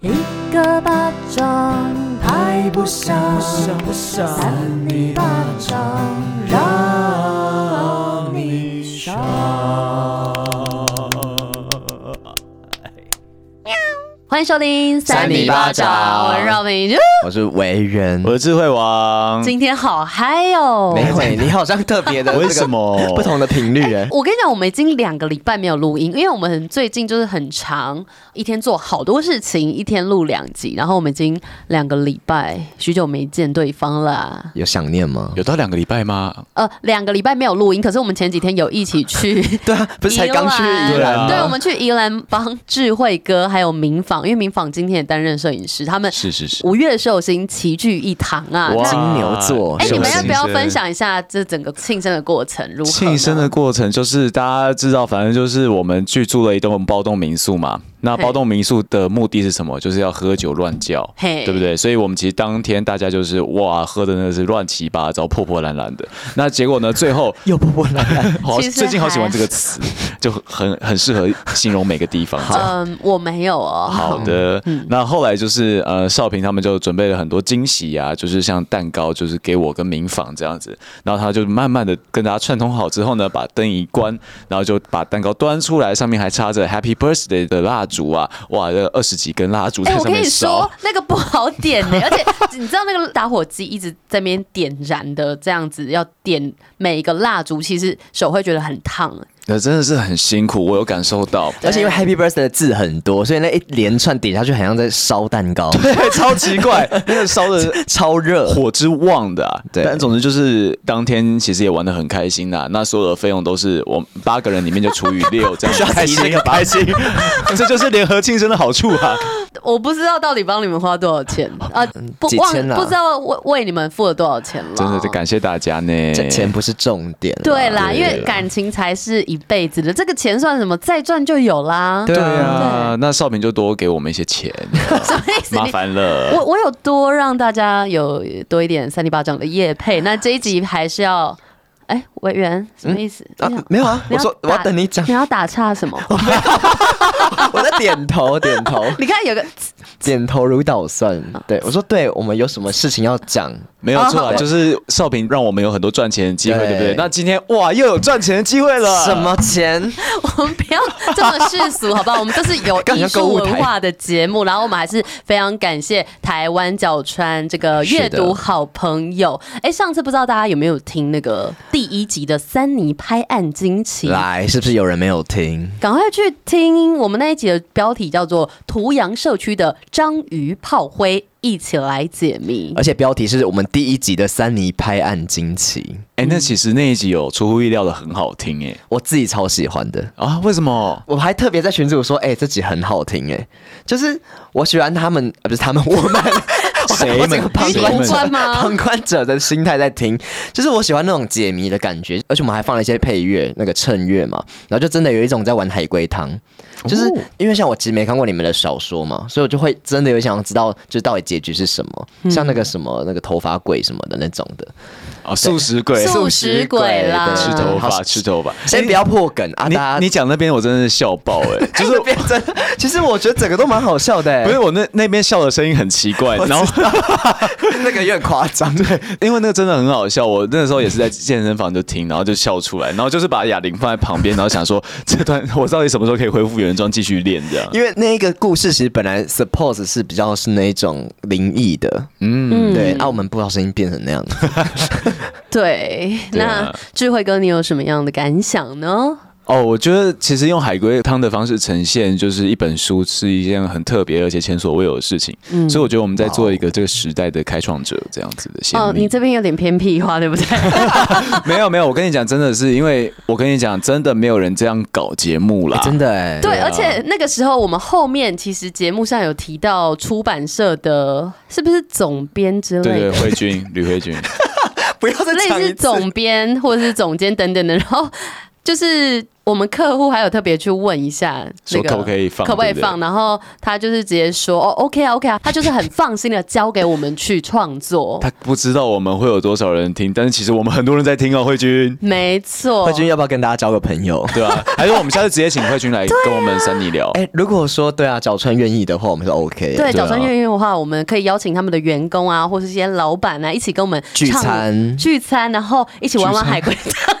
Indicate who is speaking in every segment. Speaker 1: 一个巴掌拍不响，
Speaker 2: 不想
Speaker 1: 扇你巴掌让你爽。欢迎收听
Speaker 3: 扇你巴掌
Speaker 1: 我是 Robin，
Speaker 3: 我是为人。
Speaker 2: 我是智慧王，
Speaker 1: 今天好嗨哦！
Speaker 3: 没会，你好像特 别的
Speaker 2: 为什么
Speaker 3: 这个不同的频率哎？
Speaker 1: 我跟你讲，我们已经两个礼拜没有录音，因为我们最近就是很长，一天做好多事情，一天录两集，然后我们已经两个礼拜许久没见对方啦。
Speaker 3: 有想念
Speaker 1: 啊
Speaker 3: 吗？
Speaker 2: 有到两个礼拜吗？
Speaker 1: 呃，两个礼拜没有录音，可是我们前几天有一起去
Speaker 3: 对啊，不是才刚去宜兰啊吗？
Speaker 1: 对，我们去宜兰帮智慧哥还有民访，因为民访今天也担任摄影师，他们
Speaker 2: 是是是，
Speaker 1: 五月寿星齐聚一堂啊。
Speaker 2: 哇
Speaker 1: 那
Speaker 3: 金牛座
Speaker 1: 哎、
Speaker 3: 是
Speaker 1: 你们
Speaker 3: 是
Speaker 1: 要不要分？享一下这整个庆生的过程如何呢？
Speaker 2: 庆生的过程就是大家知道，反正就是我们去住了一栋包栋民宿嘛。那包栋民宿的目的是什么？就是要喝酒乱叫，
Speaker 1: 嘿
Speaker 2: 对不对？所以我们其实当天大家就是哇，喝的真的是乱七八糟，破破烂烂的。那结果呢，最后
Speaker 3: 又波波兰兰
Speaker 2: 好，
Speaker 1: 其实
Speaker 2: 最近好喜欢
Speaker 1: 还
Speaker 2: 这个词，就很很适合形容每个地方。这样。
Speaker 1: 嗯，我没有哦。
Speaker 2: 好的，那后来就是呃，少平他们就准备了很多惊喜啊，就是像蛋糕，就是给我跟民房这样子。然后他就慢慢的跟大家串通好之后呢，把灯一关，然后就把蛋糕端出来，上面还插着 Happy Birthday 的蜡烛啊，哇，这二十几根蜡烛
Speaker 1: 哎、
Speaker 2: 在
Speaker 1: 我
Speaker 2: 上
Speaker 1: 跟
Speaker 2: 面
Speaker 1: 你
Speaker 2: 烧。
Speaker 1: 说，那个不好点欸 呢、而且你知道那个打火机一直在那边点燃的，这样子要点每一个蜡烛，其实手会觉得很烫。
Speaker 2: 那真的是很辛苦，我有感 受到。
Speaker 3: 而且因为 Happy Birthday 的字很多，所以那一连串点下去，好像在烧蛋糕，
Speaker 2: 对，哎超奇怪，那个烧的
Speaker 3: 超热。
Speaker 1: 哎
Speaker 2: 火之旺的、啊，
Speaker 3: 对
Speaker 2: 但总之就是当天其实也玩的很开心呐、那所有的费用都是我们八个人里面就除以 六，这样
Speaker 3: 需要
Speaker 2: 开
Speaker 3: 提
Speaker 2: 心
Speaker 3: 那个吧
Speaker 2: 开心， 这就是联合庆生的好处啊！
Speaker 1: 我不知道到底帮你们花多少钱啊，不
Speaker 3: 几
Speaker 1: 忘
Speaker 3: 千啦
Speaker 1: 不知道为为你们付了多少钱了。
Speaker 2: 真的，感谢大家呢。
Speaker 3: 这钱不是重点，啊
Speaker 1: 对啦，因为感情才是一辈子的，这个钱算什么？再赚就有啦。
Speaker 2: 对啊，那少平就多给我们一些 钱，
Speaker 1: 什么意思？
Speaker 2: 麻
Speaker 1: 你
Speaker 2: 烦了。
Speaker 1: 我我有多让大家有多一点三零八掌的夜配，那这一集还是要， 嗯哎，委员什么意思？
Speaker 3: 啊
Speaker 1: 你想，
Speaker 3: 没有啊，
Speaker 1: 你
Speaker 3: 我
Speaker 1: 要
Speaker 3: 说我
Speaker 1: 打
Speaker 3: 要等你讲
Speaker 1: 你，要哦打岔什么？
Speaker 3: 我在点头点头
Speaker 1: 你看有个，
Speaker 3: 点头如捣蒜。对，我说对，我们有什么事情要讲？
Speaker 2: 没有错啊，
Speaker 1: 哦
Speaker 2: 就是少平让我们有很多赚钱的机会，
Speaker 3: 对
Speaker 2: 对不对？那今天哇，又有赚钱的机会了。
Speaker 3: 什？么钱？
Speaker 1: 我们不要这么世俗，好不好？ 我们这是有
Speaker 3: 刚
Speaker 1: 艺
Speaker 3: 刚购
Speaker 1: 术
Speaker 3: 物台
Speaker 1: 文化的节目，然后我们还是非常感谢台湾角川这个
Speaker 3: 是的
Speaker 1: 阅读好朋友。哎，上次不知道大家有没有听那个第一集的三尼拍案惊奇？
Speaker 3: 来，是不是有人没有听？
Speaker 1: 赶快去听我们那一集的标题叫做《图阳社区的章鱼炮灰》，一起来解密。
Speaker 2: 呃
Speaker 3: 而且标题是我们第一集的三尼拍案惊奇，
Speaker 2: 哎，那其实那一集有出乎意料的很好听，哎
Speaker 3: 我自己超喜欢的。
Speaker 2: 啊，为什么？
Speaker 3: 我还特别在群组说，哎、这集很好听、哎，就是我喜欢他们，呃，不是他们，我 们
Speaker 2: 谁
Speaker 3: 我整
Speaker 2: 们
Speaker 3: 个旁
Speaker 2: 谁
Speaker 3: 观
Speaker 2: 们
Speaker 3: 者
Speaker 1: 关吗
Speaker 3: 旁观者的心态在听，就是我喜欢那种解谜的感觉，而且我们还放了一些配乐，那个衬乐嘛，然后就真的有一种在玩海龟汤，
Speaker 2: 哦
Speaker 3: 就是因为像我其实没看过你们的小说嘛，所以我就会真的有想要知道，就是到底结局是什么，像那个什么那个头发鬼什么的那种的，
Speaker 2: 啊，素食鬼，
Speaker 1: 素食鬼啦
Speaker 3: 对
Speaker 2: 吃头发，
Speaker 3: 好
Speaker 2: 吃头发，
Speaker 3: 先不要破梗啊，
Speaker 2: 你
Speaker 3: 大家
Speaker 2: 你讲那边我真的是笑爆 哎、欸，就是
Speaker 3: 这边 真的，其实我觉得整个都蛮好笑的、欸，
Speaker 2: 不是我那那边笑的声音很奇 怪，然后
Speaker 3: 那个有点夸张，对，
Speaker 2: 因为那个真的很好笑，我那时候也是在健身房就听，然后就笑出来，然后就是把哑铃放在旁边，然后想说这段我到底什么时候可以恢复原状继续练这样。
Speaker 3: 因为那个故事其实本来 suppose 是比较是那一种灵异的，
Speaker 1: 嗯
Speaker 3: 嗯，对，啊，我们不小心变成那 样，
Speaker 1: 对，
Speaker 2: 对啊
Speaker 1: 那智慧哥，你有什么样的感想呢？
Speaker 2: 哦，我觉得其实用海龟汤的方式呈现，就是一本书是一件很特别而且前所未有的事情，
Speaker 1: 嗯
Speaker 2: 所以我觉得我们在做一个这个时代的开创者这样子的先例。
Speaker 1: 哦，你这边有点偏僻话，对不对？
Speaker 2: 没有没有，我跟你讲，真的是因为我跟你讲，真的没有人这样搞节目啦，
Speaker 3: 真的哎、
Speaker 2: 啊
Speaker 1: 对，而且那个时候我们后面其实节目上有提到出版社的，是不是总编之类
Speaker 2: 对
Speaker 1: 的
Speaker 2: 对，？慧君，吕慧君，
Speaker 3: 啊不要再
Speaker 1: 类
Speaker 3: 讲一
Speaker 1: 似
Speaker 3: 次。
Speaker 1: 总编或者是总监等等的，然后就是我们客户还有特别去问一下，那
Speaker 2: 说
Speaker 1: 个
Speaker 2: 可不可以放
Speaker 1: 可不可以
Speaker 2: 对不对
Speaker 1: 放？然后他就是直接说哦，OK 啊，OK 啊，他就是很放心的交给我们去创作。
Speaker 2: 他不知道我们会有多少人听，但是其实我们很多人在听哦，慧君，
Speaker 1: 没错，
Speaker 3: 慧君要不要跟大家交个朋友？
Speaker 2: 对 啊，还是我们下次直接请慧君来跟我们三尼聊。
Speaker 3: 哎、如果说对啊，角川愿意的话，我们是 OK 的。
Speaker 1: 对，
Speaker 2: 对啊
Speaker 1: 角川愿意的话，我们可以邀请他们的员工啊，或是一些老板啊，一起跟我们
Speaker 3: 聚
Speaker 1: 唱
Speaker 3: 餐
Speaker 1: 聚餐，然后一起玩玩海龟汤。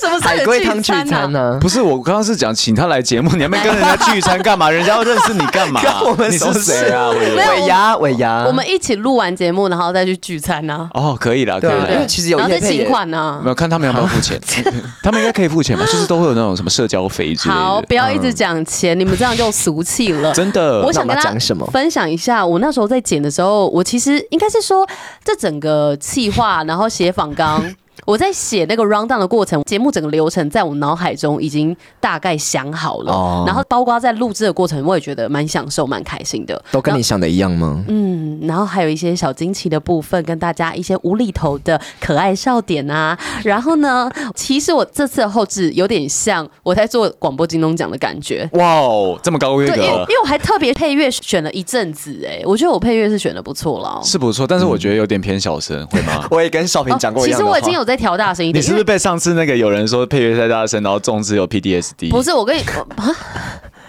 Speaker 1: 什么是
Speaker 3: 海龟汤聚
Speaker 1: 餐啊
Speaker 3: 餐啊
Speaker 1: 呢、
Speaker 3: 呢、
Speaker 2: 不是，我刚刚是讲请他来节目，你还没跟人家聚餐 干嘛？人家要认识你干嘛
Speaker 3: 跟我？们
Speaker 2: 你
Speaker 3: 熟
Speaker 2: 是
Speaker 3: 识
Speaker 2: 谁啊？慧君
Speaker 1: 没有
Speaker 3: 尾牙，尾牙，
Speaker 1: 我们一起录完节目，然后再去聚餐呢、啊。
Speaker 2: 哦，可以啦，可
Speaker 3: 对
Speaker 2: 以
Speaker 3: 啊，因
Speaker 2: 啦
Speaker 3: 为。其实有
Speaker 1: 然后再
Speaker 3: 业配
Speaker 1: 请
Speaker 3: 也
Speaker 1: 款啊呢、
Speaker 2: 没有看他们要不要 付钱，他们应该可以付钱吧？就是都会有那种什么社交费之类
Speaker 1: 好，
Speaker 2: 的
Speaker 1: 不，要一直讲钱，你们这样就俗气了。
Speaker 2: 真的。
Speaker 1: 我想
Speaker 3: 嗯
Speaker 1: 跟
Speaker 3: 那我们要
Speaker 1: 大
Speaker 3: 讲什
Speaker 1: 家
Speaker 3: 么
Speaker 1: 分享一下，我那时候在剪的时候，我其实应该是说这整个企划，然后写访纲，我在写那个 round down 的过程，节目整个流程在我脑海中已经大概想好了，
Speaker 3: 哦
Speaker 1: 然后包括在录制的过程，我也觉得蛮享受、蛮开心的。
Speaker 3: 都跟你想的一样吗？
Speaker 1: 嗯，然后还有一些小惊奇的部分，跟大家一些无厘头的可爱笑点啊。然后呢，其实我这次的后置有点像我在做广播金钟奖的感觉，
Speaker 2: 哇哦，这么高规
Speaker 1: 对，因为
Speaker 2: 格
Speaker 1: 因为我还特别配乐选了一阵子、哎，我觉得我配乐是选的不错了哦。
Speaker 2: 是不错，但是我觉得有点偏小声，会
Speaker 1: 嗯
Speaker 2: 吗？
Speaker 3: 我也跟少平讲过
Speaker 1: 哦
Speaker 3: 一
Speaker 1: 其
Speaker 3: 样
Speaker 1: 实
Speaker 3: 的话、
Speaker 1: 我已经有在调大声一
Speaker 2: 你
Speaker 1: 点，
Speaker 2: 是不
Speaker 1: 因
Speaker 2: 是
Speaker 1: 为
Speaker 2: 被上次那个有人说配乐太大声，然后总之有 PDSD？
Speaker 1: 不是我 跟你我啊？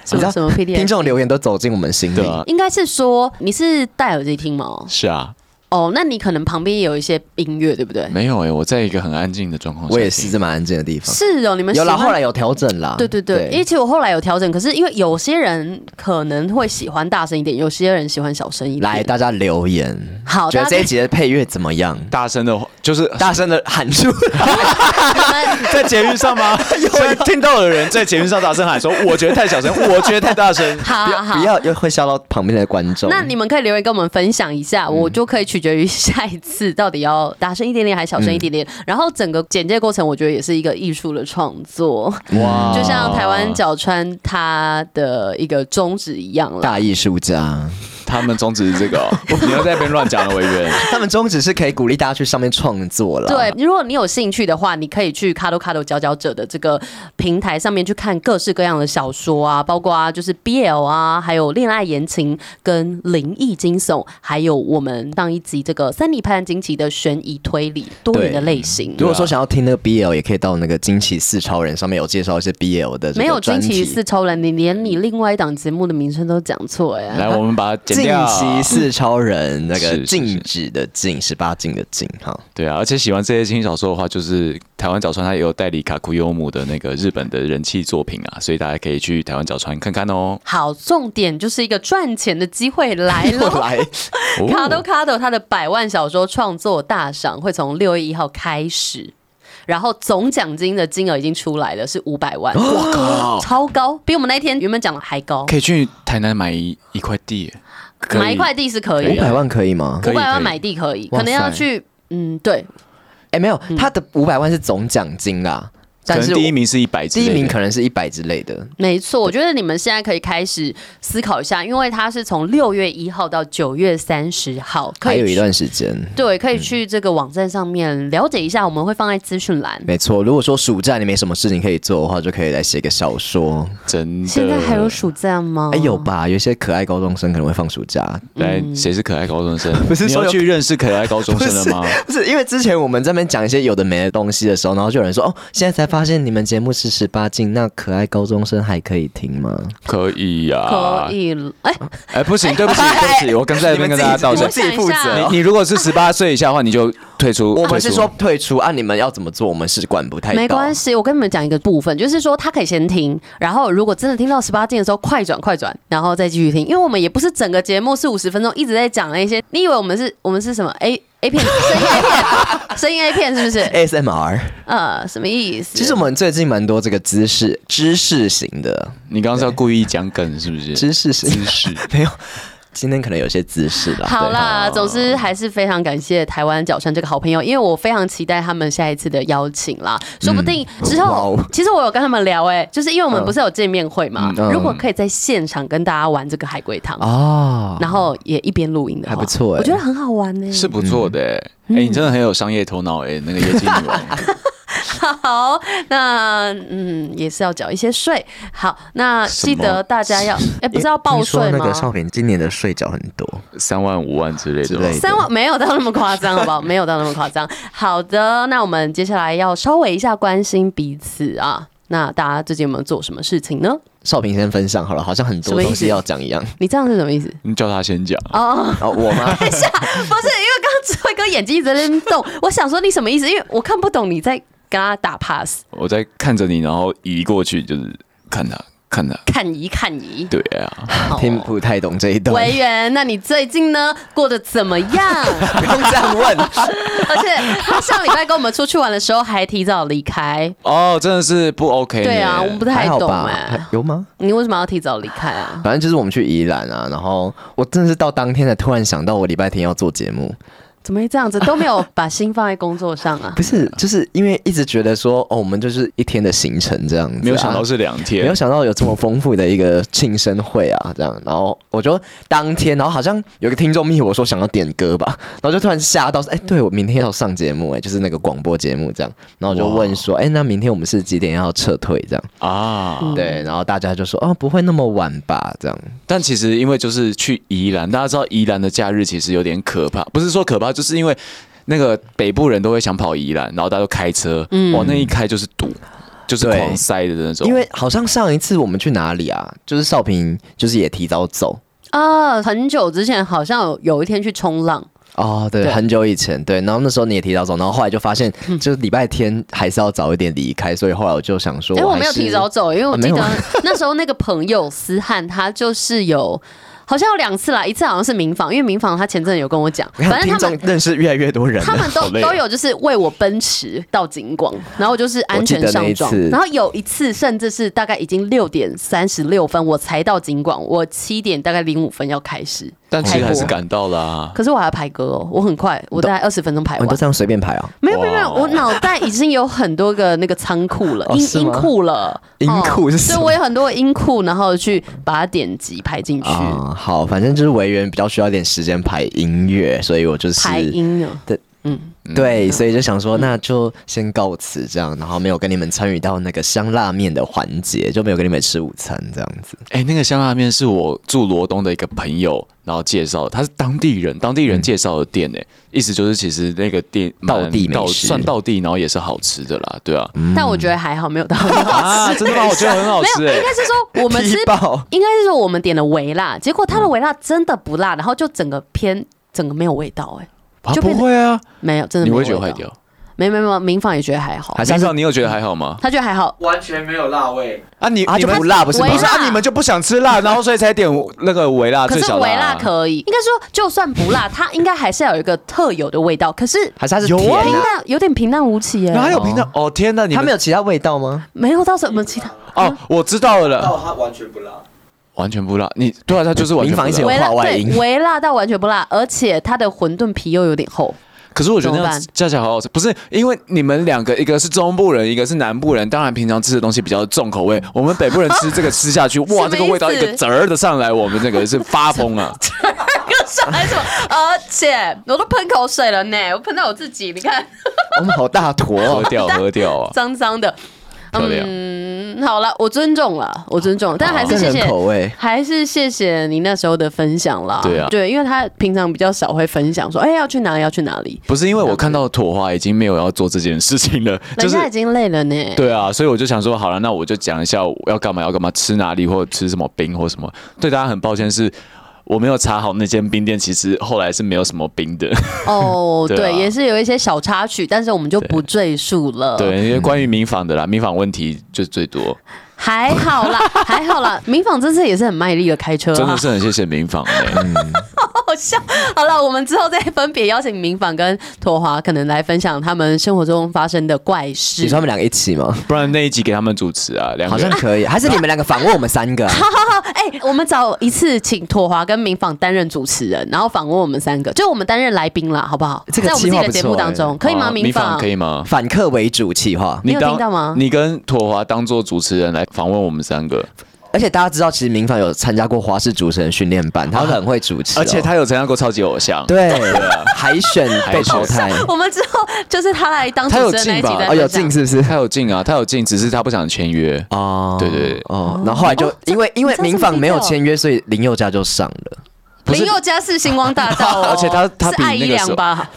Speaker 1: 什
Speaker 3: 你知
Speaker 1: 么
Speaker 3: 道
Speaker 1: 什么 PDA？
Speaker 3: 听众留言都走进我们心里。
Speaker 2: 对啊，
Speaker 1: 应该是说你是戴耳机听吗？
Speaker 2: 是啊，
Speaker 1: 哦，那你可能旁边也有一些音乐，对不对？
Speaker 2: 没有哎，我在一个很安静的状况下，
Speaker 3: 我也是这蛮安静的地方。
Speaker 1: 是哦，你们
Speaker 3: 有啦，
Speaker 1: 喜欢
Speaker 3: 后来有调整啦。
Speaker 1: 对对对，因为其实我后来有调整，可是因为有些人可能会喜欢大声一点，有些人喜欢小声一点。
Speaker 3: 来，大家留言，
Speaker 1: 好，
Speaker 3: 觉
Speaker 1: 大
Speaker 3: 得
Speaker 1: 家
Speaker 3: 这一集的配乐怎么样？
Speaker 2: 大声的，就是
Speaker 3: 大声的喊出来，
Speaker 2: 在捷运上 吗？所以听到的人在捷运上大声喊 说：“我觉得太小声，我觉得太大声。
Speaker 1: 好好
Speaker 3: 不要
Speaker 1: 好
Speaker 3: 不。要，又会笑到旁边的观众。
Speaker 1: 那你们可以留言跟我们分享一
Speaker 3: 嗯
Speaker 1: 下，我就可以取决于下一次到底要大声一点点还是小声一点点。
Speaker 3: 嗯
Speaker 1: 然后整个简介过程，我觉得也是一个艺术的创 作，”
Speaker 2: 哇
Speaker 1: 就像台湾角川他的一个宗旨一样啦。
Speaker 3: 大艺术家，
Speaker 2: 他们宗旨是这个哦、 你要在那边乱讲了，委员。
Speaker 3: 他们宗旨是可以鼓励大家去上面创作啦。
Speaker 1: 对，如果你有兴趣的话，你可以去卡豆卡豆佼佼者的这个平台上面去看各式各样的小说啊，包括啊就是 BL 啊，还有恋爱言情跟灵异惊悚，还有我们上一集这个三里判惊奇的悬疑推理多元的类型。
Speaker 3: 如果说想要听那个 BL，也可以到那个惊奇四超人上面有介绍一些 BL 的这个
Speaker 1: 没有惊
Speaker 3: 专
Speaker 1: 奇
Speaker 3: 题
Speaker 1: 四超人，你连你另外一档节目的名称都讲错哎、
Speaker 2: 来，我们把它剪
Speaker 3: 禁
Speaker 2: 掉。
Speaker 3: 奇四超人，那个
Speaker 2: 是是
Speaker 3: 禁止的禁，十八禁的禁，哈，
Speaker 2: 对啊，而且喜欢这些轻小说的话，就是台湾角川，它也有代理卡库优姆的那个日本的人气作品啊，所以大家可以去台湾角川看看哦。
Speaker 1: 好，重点就是一个赚钱的机会来
Speaker 3: 又
Speaker 1: 了。
Speaker 3: 来，
Speaker 2: 哦
Speaker 1: 卡豆卡豆他的百万小说创作大赏会从六月一号开始。然后总奖金的金额已经出来了，是五百万，哇
Speaker 2: 哦
Speaker 1: 靠，超高，比我们那一天原本讲的还高。
Speaker 2: 可以去台南买一一块地耶，可以
Speaker 1: 买一块地是可
Speaker 2: 可
Speaker 1: 以
Speaker 3: 五
Speaker 2: 以
Speaker 1: 的，
Speaker 2: 啊
Speaker 3: 百万可以吗？
Speaker 2: 可
Speaker 1: 五
Speaker 2: 以
Speaker 1: 百万
Speaker 2: 以
Speaker 1: 买地可以，
Speaker 3: 哇
Speaker 1: 可能要
Speaker 3: 塞
Speaker 1: 去，嗯，对，
Speaker 3: 哎，没有，
Speaker 1: 嗯
Speaker 3: 他的五百万是总奖金啦，
Speaker 2: 可
Speaker 3: 但
Speaker 2: 能
Speaker 3: 是
Speaker 2: 第一
Speaker 3: 我
Speaker 2: 名是一百，
Speaker 3: 第一名可能是一百之类的，
Speaker 1: 没错。我觉得你们现在可以开始思考一下，因为它是从六月一号到九月三十号，可
Speaker 3: 还有
Speaker 1: 以
Speaker 3: 一
Speaker 1: 去
Speaker 3: 段时间。
Speaker 1: 对，可以去这个网站上面了解一下，我们会放在资讯栏。
Speaker 3: 没错，如果说暑假你没什么事情可以做的话，就可以来写个小
Speaker 1: 哦
Speaker 3: 说。
Speaker 2: 真的。
Speaker 1: 现在还有嗯暑假吗？
Speaker 3: 哎，有吧？有一些可爱高中生可能会放暑假，
Speaker 2: 来，谁是可爱高 中生？不
Speaker 3: 是
Speaker 2: 你
Speaker 3: 说
Speaker 2: 要
Speaker 3: 有
Speaker 2: 去认识可爱高中生了吗？
Speaker 3: 不是因为之前我们这边讲一些有的没的东西的时候，然后就有人说哦，现在才发现你们节目是十八禁，那可爱高中生还可以听吗？
Speaker 2: 可以呀、
Speaker 3: 啊
Speaker 1: 可。以了，哎、
Speaker 2: 哎，不行，对不起，对不起，我刚才那边跟大家道
Speaker 1: 你
Speaker 2: 歉啊
Speaker 1: 们。自己负责
Speaker 2: 你你如果是十八岁以下的话，你就退出。
Speaker 3: 我们是
Speaker 2: 退出
Speaker 3: 说退出啊，你们要怎么做，我们是管不太到。
Speaker 1: 没关系，我跟你们讲一个部分，就是说他可以先听，然后如果真的听到十八禁的时候，快转快转，然后再继续听，因为我们也不是整个节目是五十分钟一直在讲那些，你以为我们是我们是什么 A A 片声音 A 片 声音 A 片是不是？
Speaker 3: ASMR。
Speaker 1: 呃，什么意思？
Speaker 3: 其实我们最近蛮多这个姿势知识型的
Speaker 2: 你刚刚是要故意讲梗是不是？
Speaker 3: 知识型
Speaker 2: 知，识
Speaker 3: 没有。今天可能有些姿势啦。
Speaker 1: 好
Speaker 3: 对
Speaker 1: 啦，总之还是非常感谢台湾角川这个好朋友，因为我非常期待他们下一次的邀请啦，说不定之
Speaker 3: 哇
Speaker 1: 后
Speaker 3: 哦，
Speaker 1: 其实我有跟他们聊，哎，就是因为我们不是有见面会嘛，
Speaker 3: 嗯
Speaker 1: 如果可以在现场跟大家玩这个海龟汤，
Speaker 3: 哦，
Speaker 1: 然后也一边录音的话，
Speaker 3: 还不错欸
Speaker 1: 我觉得很好玩呢。嗯
Speaker 2: 欸 是不错的欸。哎，你真的很有商业头脑哎，那个野鸡女王。
Speaker 1: 好，那嗯，也是要缴一些税。好，那记
Speaker 2: 什
Speaker 1: 得
Speaker 2: 么
Speaker 1: 大 家要，哎、不是要报
Speaker 3: 听
Speaker 1: 税
Speaker 3: 说那
Speaker 1: 吗
Speaker 3: 个？少平今年的税缴很多，
Speaker 2: 三万五万之类
Speaker 3: 之
Speaker 2: 的
Speaker 3: 类
Speaker 2: 吧。
Speaker 3: 的
Speaker 1: 三万没有到那么夸张，好 不好？没有到那么夸张。好的，那我们接下来要稍微一下关心彼此啊。那大家最近有没有做什么事情呢？
Speaker 3: 少平先分享好了，好像很
Speaker 1: 什
Speaker 3: 多
Speaker 1: 么意思
Speaker 3: 东西要讲一样。
Speaker 1: 你这样是什么 意思？
Speaker 2: 你叫他先讲，
Speaker 1: 哦，
Speaker 3: 哦，我 吗？
Speaker 1: 等一下，不是因为刚刚智慧哥眼睛一直在那边 动，我想说你什么意思？因为我看不懂你在跟他打 pass，
Speaker 2: 我在看着你，然后移过去就是看他看他。
Speaker 1: 看一看一。
Speaker 2: 对啊，
Speaker 3: 听不太懂这一段，
Speaker 1: 维园，那你最近呢过得怎么样？
Speaker 3: 不用这样问。
Speaker 1: 而且他上礼拜跟我们出去玩的时候还提早离开，
Speaker 2: 哦，真的是不 OK 呢。
Speaker 1: 对啊，我不太
Speaker 3: 哎还好
Speaker 1: 懂
Speaker 3: 吧？
Speaker 1: 哎、
Speaker 3: 还有吗？
Speaker 1: 你为什么要提早离开啊？
Speaker 3: 反正就是我们去宜兰啊，然后我真的是到当天才突然想到我礼拜天要做节目，
Speaker 1: 怎么会这样子？都没有把心放在工作上啊？
Speaker 3: 不是，就是因为一直觉得说哦，我们就是一天的行程这样子啊、
Speaker 2: 没有想到是两天，
Speaker 3: 没有想到有这么丰富的一个庆生会啊，这样，然后我就当天，然后好像有个听众密我说想要点歌吧， 然后就突然吓到，哎，对我明天要上节目，哎，就是那个广播节目这样，然后我就问说，哎，那明天我们是几点要撤退这样？
Speaker 2: 啊。
Speaker 3: 对，然后大家就说，哦，不会那么晚吧？这样，
Speaker 2: 但其实因为就是去宜兰，大家知道宜兰的假日其实有点可怕，不是说可怕，就是因为那个北部人都会想跑宜兰，然后大家都开车，
Speaker 1: 嗯
Speaker 2: 哇，那一开就是堵，就是
Speaker 3: 对
Speaker 2: 狂塞的那种。
Speaker 3: 因为好像上一次我们去哪里啊？就是少平，就是也提早走。
Speaker 1: 啊，很久之前好像有有一天去冲浪，
Speaker 3: 哦，对，
Speaker 1: 对
Speaker 3: 很久以前，对，然后那时候你也提早走，然后后来就发现，就是礼拜天还是要早一点离开，所以后来我就想说，
Speaker 1: 哎、我
Speaker 3: 还
Speaker 1: 没有
Speaker 3: 是
Speaker 1: 提早走，因为我
Speaker 3: 啊
Speaker 1: 记
Speaker 3: 没
Speaker 1: 得
Speaker 3: 有吗
Speaker 1: 那时候那个朋友思翰，他就是有。好像有两次啦，一次好像是民房，因为民房他前阵子有跟我讲，
Speaker 3: 我看
Speaker 1: 反正
Speaker 3: 听
Speaker 1: 他
Speaker 3: 众
Speaker 1: 们
Speaker 3: 认识越来越多人
Speaker 1: 他
Speaker 3: 了。
Speaker 1: 们都
Speaker 2: 好累
Speaker 4: 啊
Speaker 2: 哦
Speaker 1: 都有就是为我奔驰到景广，然后我就是安全上
Speaker 3: 我记得
Speaker 1: 撞
Speaker 3: 那一次，
Speaker 1: 然后有一次甚至是大概已经六点三十六分我才到景广，我七点大概零五分要开始，
Speaker 2: 但其实还是
Speaker 1: 开播
Speaker 2: 赶到了啊。
Speaker 1: 可是我还要排歌哦，我很快，我大概二十分钟排
Speaker 3: 我
Speaker 1: 完
Speaker 3: 都。这样随便排啊，
Speaker 1: 没有没有没有，
Speaker 2: 哇
Speaker 1: 我脑袋已经有很多个那个仓库了，
Speaker 3: 哦
Speaker 1: 音
Speaker 3: 是
Speaker 1: 音
Speaker 3: 吗
Speaker 1: 库了，哦
Speaker 3: 音库是什
Speaker 1: 所
Speaker 3: 么
Speaker 1: 以我有很多音库，然后去把它点击排进去，
Speaker 3: 啊、好，反正就是维园比较需要一点时间排音乐，所以我就是
Speaker 1: 排音呢。
Speaker 3: 对，所以就想说，那就先告辞这样，然后没有跟你们参与到那个香辣面的环节，就没有跟你们吃午餐这样子。
Speaker 2: 哎、那个香辣面是我住罗东的一个朋友，然后介绍的，他是当地人，当地人介绍的店诶、意思就是其实那个店蛮
Speaker 3: 道地美
Speaker 2: 嗯道
Speaker 3: 食
Speaker 2: 算道地，然后也是好吃的啦，对啊，
Speaker 1: 但我觉得还好，没有到很好
Speaker 2: 啊，真的吗？我觉得很好吃
Speaker 1: 没
Speaker 2: 欸
Speaker 1: 有，
Speaker 2: 诶、
Speaker 1: 应该是说我们吃
Speaker 3: 踢爆
Speaker 1: 应该是说我们点了微辣，结果它的微辣真的不辣，然后就整个偏整个没有味道，哎，
Speaker 2: 啊，
Speaker 1: 就
Speaker 2: 不
Speaker 1: 变成嗯
Speaker 2: 会啊，
Speaker 1: 没有，真的
Speaker 2: 你
Speaker 1: 没有
Speaker 2: 会
Speaker 1: 味
Speaker 2: 觉得
Speaker 1: 道。
Speaker 2: 坏掉？
Speaker 1: 没没没，民房也觉得还好
Speaker 3: 还，是
Speaker 2: 明少，你有觉得还好吗？
Speaker 1: 他觉得还好，
Speaker 4: 完全没有辣味。
Speaker 2: 啊，你
Speaker 3: 啊，
Speaker 2: 你
Speaker 3: 就
Speaker 2: 们
Speaker 3: 不辣不是吗
Speaker 1: 微
Speaker 2: 不？是
Speaker 1: 辣
Speaker 2: 啊，你们就不想吃辣，然后所以才点那个微辣，
Speaker 1: 可
Speaker 2: 最
Speaker 1: 是
Speaker 2: 小
Speaker 1: 微
Speaker 2: 啊
Speaker 1: 辣可以，应该说就算不辣，它应该还是要有一个特有的味道。可是
Speaker 3: 还是它是
Speaker 2: 有啊
Speaker 3: 甜
Speaker 1: 平
Speaker 3: 啊？
Speaker 1: 淡有点平淡无奇耶，
Speaker 2: 哪有平常？哦天哪，你
Speaker 3: 它
Speaker 2: 们
Speaker 3: 没有其他味道吗？
Speaker 1: 没有到什么其他。
Speaker 2: 哦，我知道了，
Speaker 4: 到它完全不辣，
Speaker 2: 完全不辣，你对啊，它就是完全
Speaker 3: 民
Speaker 2: 不
Speaker 3: 房一起有。
Speaker 2: 辣
Speaker 1: 微
Speaker 3: 话
Speaker 1: 辣
Speaker 3: 外
Speaker 1: 对
Speaker 3: 音
Speaker 1: 微辣到完全不辣，而且它的馄饨皮又有点 厚，
Speaker 2: 可是我觉得那
Speaker 1: 怎么
Speaker 2: 样
Speaker 1: 办
Speaker 2: 加起来好好吃，不是因为你们两个，一个是中部人，一个是南部人，当然平常吃的东西比较重口味，我们北部人吃这个吃 下去，
Speaker 1: 什么
Speaker 2: 哇，
Speaker 1: 意思
Speaker 2: 这个味道一个滋儿的上来，我们这个是发疯 啊！
Speaker 1: 又上来什么？而且我都喷口水了呢，我喷到我自己，你看
Speaker 3: 我们好大坨
Speaker 2: 喝
Speaker 3: 哦！
Speaker 2: 掉喝掉啊，
Speaker 1: 脏脏的。
Speaker 2: 漂亮！
Speaker 1: 嗯，好了，我尊重了，我尊重，但还是谢
Speaker 3: 个
Speaker 1: 谢
Speaker 3: 人。口味。
Speaker 1: 还是谢谢你那时候的分享啦。
Speaker 2: 对啊
Speaker 1: 对，因为他平常比较少会分享说，哎、要去哪里，要去哪里，
Speaker 2: 不是因为我看到妥华已经没有要做这件事情了，就
Speaker 1: 人
Speaker 2: 是
Speaker 1: 家已经累了呢。
Speaker 2: 对啊，所以我就想说，好了，那我就讲一下我要干嘛，要干嘛，吃哪里或者吃什么冰或什么。对大家很抱歉是。我没有查好那间冰店，其实后来是没有什么冰的。
Speaker 1: 哦，对，
Speaker 2: 对啊
Speaker 1: 也是有一些小插曲，但是我们就不赘述了。
Speaker 2: 对，因为关于民房的啦，民房问题就最多。
Speaker 1: 还好 啦，还好啦。民访这次也是很卖力的开车、啊，
Speaker 2: 真的是很谢谢民房哎、
Speaker 1: 好笑。好了，我们之后再分别邀请民访跟妥华，可能来分享他们生活中发生的怪事。
Speaker 3: 你说他们两个一起吗？
Speaker 2: 不然那一集给他们主持啊，两
Speaker 3: 好
Speaker 2: 个
Speaker 3: 像
Speaker 2: 人
Speaker 3: 可以，还是你们两个访问我们三个 啊、
Speaker 1: 哎、我们找一次请妥华跟民访担任主持人，然后访问我们三个，就我们担任来宾啦，好不好？
Speaker 3: 这个
Speaker 1: 在我们自己
Speaker 3: 计划
Speaker 1: 的
Speaker 3: 不
Speaker 1: 节目
Speaker 3: 错
Speaker 1: 当
Speaker 3: 哎
Speaker 1: 中，可以吗？
Speaker 2: 哦
Speaker 1: 民
Speaker 2: 民
Speaker 1: 访
Speaker 2: 房可以吗？
Speaker 3: 反客为主企划。
Speaker 1: 你有
Speaker 2: 当
Speaker 1: 听到吗
Speaker 2: 你跟妥华当做主持人来访问我们三个，
Speaker 3: 哎、而且大家知道，其实明凡有参加过华视主持人训练班，他很会主持哦、
Speaker 2: 啊而且他有参加过超级偶像，
Speaker 3: 对海选被淘汰，
Speaker 1: 我们之后就是他来当主
Speaker 2: 他有
Speaker 1: 持人那一
Speaker 2: 进
Speaker 1: 集
Speaker 2: 吧
Speaker 1: 再
Speaker 2: 哦
Speaker 1: 分
Speaker 3: 有
Speaker 1: 享
Speaker 3: 进是不是？
Speaker 2: 他有进啊，他有进，只是他不想签约。
Speaker 3: 哦
Speaker 2: 对对对
Speaker 3: 哦，然后后来就
Speaker 1: 哦这
Speaker 3: 因为因为
Speaker 1: 你知道
Speaker 3: 民
Speaker 1: 这么
Speaker 3: 访没有
Speaker 1: 低调
Speaker 3: 签约，所以林宥嘉就上了。
Speaker 2: 不是
Speaker 1: 林宥嘉是星光大道、哦，
Speaker 2: 而且他他比
Speaker 1: 是爱
Speaker 2: 那个
Speaker 1: 一良
Speaker 2: 时候
Speaker 1: 吧？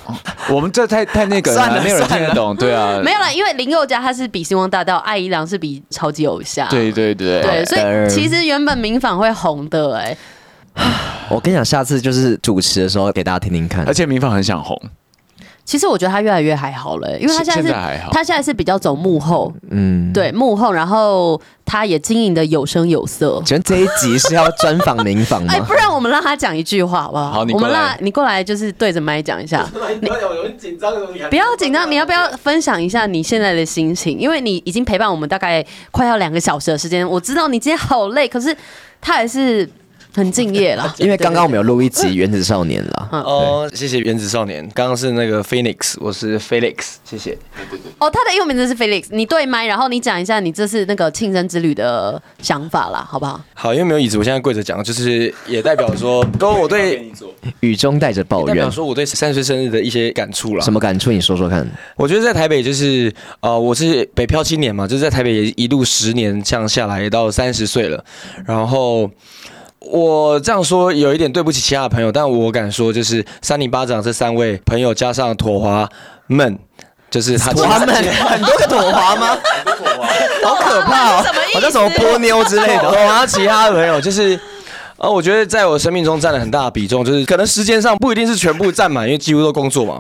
Speaker 2: 我们这太太那个
Speaker 3: 算了
Speaker 2: 没有人听
Speaker 3: 算
Speaker 2: 得
Speaker 3: 了
Speaker 2: 懂，对啊，
Speaker 1: 没有啦，因为林宥嘉他是比星光大道，爱一良是比超级偶像。
Speaker 2: 对对对
Speaker 1: 对，所
Speaker 3: 当然
Speaker 1: 以其实原本民访会红的哎、
Speaker 3: 我跟你讲，下次就是主持的时候给大家听听看
Speaker 2: 而。且民放很想红，
Speaker 1: 其实我觉得他越来越还好了、欸因为他现在
Speaker 2: 现
Speaker 1: 是
Speaker 2: 现在还好
Speaker 1: 他现在是比较走幕后，
Speaker 3: 嗯，
Speaker 1: 对幕后，然后他也经营的有声有色。
Speaker 3: 请问这一集是要专访民访
Speaker 1: 哎、
Speaker 3: 吗。
Speaker 1: 不？然我们让他讲一句话好不好？
Speaker 2: 好你
Speaker 1: 我
Speaker 2: 过来
Speaker 1: 们让他你过来，就是对着麦讲一下。
Speaker 4: 你不要有人紧张，啊你还
Speaker 1: 不要紧张，你要不要分享一下你现在的心情？因为你已经陪伴我们大概快要两个小时的时间，我知道你今天好累，可是他还是很敬业了
Speaker 3: 因为刚刚我们有录一集《原子少年》啦。
Speaker 1: 啊
Speaker 5: 哦，谢谢原子少年。刚刚是那个 Phoenix，我是 Felix，谢谢。
Speaker 1: 哦，他的英文名字是 Felix，你对麦，然后你讲一下你这次那个庆生之旅的想法啦，好不好？
Speaker 5: 好，因为没有椅子，我现在跪着讲，就是也代表说，说我
Speaker 4: 给
Speaker 5: 对，
Speaker 4: 你做，
Speaker 3: 雨中带着抱
Speaker 5: 代
Speaker 3: 怨
Speaker 5: 表，说我对三十岁生日的一些感触啦。
Speaker 3: 什么感触？你说说看。
Speaker 5: 我觉得在台北就是，呃，我是北漂青年嘛，就是在台北也一路十年这样下来，也到三十岁了。然后我这样说有一点对不起其他的朋友，但我敢说，就是三零巴掌这三位朋友加上妥华们，就是他
Speaker 3: 他们很多个朵花吗？好可怕哦！好像什么波妞之类
Speaker 5: 哎哦 我
Speaker 3: 的。
Speaker 5: 要其他的朋友就是。呃，我觉得在我生命中占了很大的比重，就是可能时间上不一定是全部占满，因为几乎都工作嘛。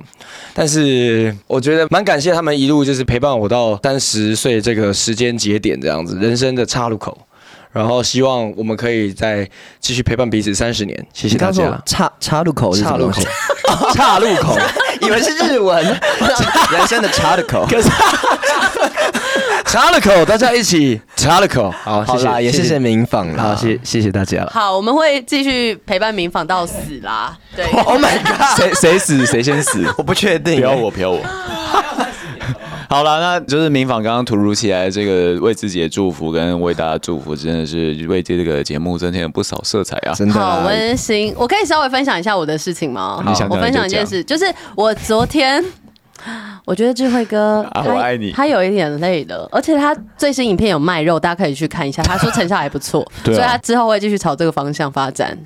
Speaker 5: 但是我觉得蛮感谢他们一路就是陪伴我到三十岁这个时间节点，这样子人生的岔路口。然后希望我们可以再继续陪伴彼此三十年，谢谢
Speaker 3: 你
Speaker 5: 大
Speaker 3: 刚说
Speaker 5: 家。
Speaker 3: 岔岔路口是什么东西？
Speaker 5: 岔路口，
Speaker 3: 以为是日文， 人生的岔路口。
Speaker 5: 岔路口，大家一起岔路口。好，
Speaker 3: 好
Speaker 5: 谢
Speaker 3: 啦，
Speaker 5: 谢，
Speaker 3: 也谢谢民访啦。
Speaker 5: 好，谢谢谢大家了。
Speaker 1: 好，我们会继续陪伴民访到死啦。 对，
Speaker 3: Oh my god！
Speaker 2: 谁谁死谁先死，
Speaker 3: 我不确定
Speaker 2: 不要我，不要我。 好了，那就是民访刚刚突如其来的这个为自己的祝福跟为大家祝福，真的是为这个节目增添了不少色彩啊！
Speaker 3: 真的
Speaker 1: 好
Speaker 3: 啦。
Speaker 1: 温馨。我可以稍微分享一下我的事情吗？
Speaker 2: 你想
Speaker 1: 我
Speaker 2: 讲
Speaker 1: 分
Speaker 2: 就
Speaker 1: 享一件事，就是我昨天。我觉得智慧哥，
Speaker 2: 啊
Speaker 1: 他
Speaker 2: 我爱你
Speaker 1: 他有一点累了，而且他最新影片有卖肉，大家可以去看一下。他说成效还不错，
Speaker 2: 对啊
Speaker 1: 所以他之后会继续朝这个方向发 展。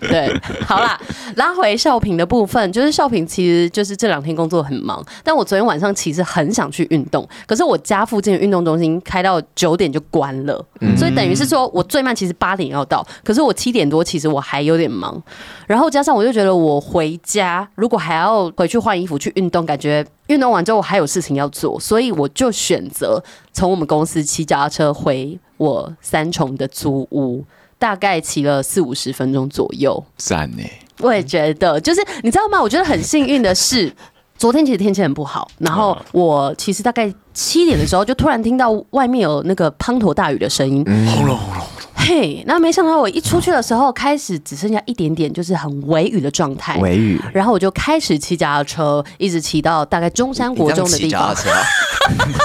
Speaker 1: 对，好啦，拉回少平的部分，就是少平其实就是这两天工作很忙，但我昨天晚上其实很想去运动，可是我家附近的运动中心开到九点就关了，所以等于是说我最慢其实八点要到，可是我七点多其实我还有点忙，然后加上我就觉得我回家如果还要回去换衣服去运动，感觉运动完之后我还有事情要做，所以我就选择从我们公司骑脚踏车回我三重的租屋。大概骑了四五十分钟左右，
Speaker 2: 赞呢、
Speaker 1: 我也觉得，就是你知道吗？我觉得很幸运的 是，昨天其实天气很不好，然后
Speaker 3: 嗯
Speaker 1: 我其实大概七点的时候就突然听到外面有那个滂沱大雨的声音，
Speaker 3: 嗯
Speaker 2: 轰隆轰隆，
Speaker 1: 嘿，那没想到我一出去的时候，开始只剩下一点点，就是很微雨的状态。
Speaker 3: 维语。
Speaker 1: 然后我就开始骑脚踏车，一直骑到大概中山
Speaker 3: 你
Speaker 1: 国
Speaker 3: 刚
Speaker 1: 中的
Speaker 3: 骑
Speaker 1: 地
Speaker 3: 脚
Speaker 1: 方。
Speaker 3: 踏车啊，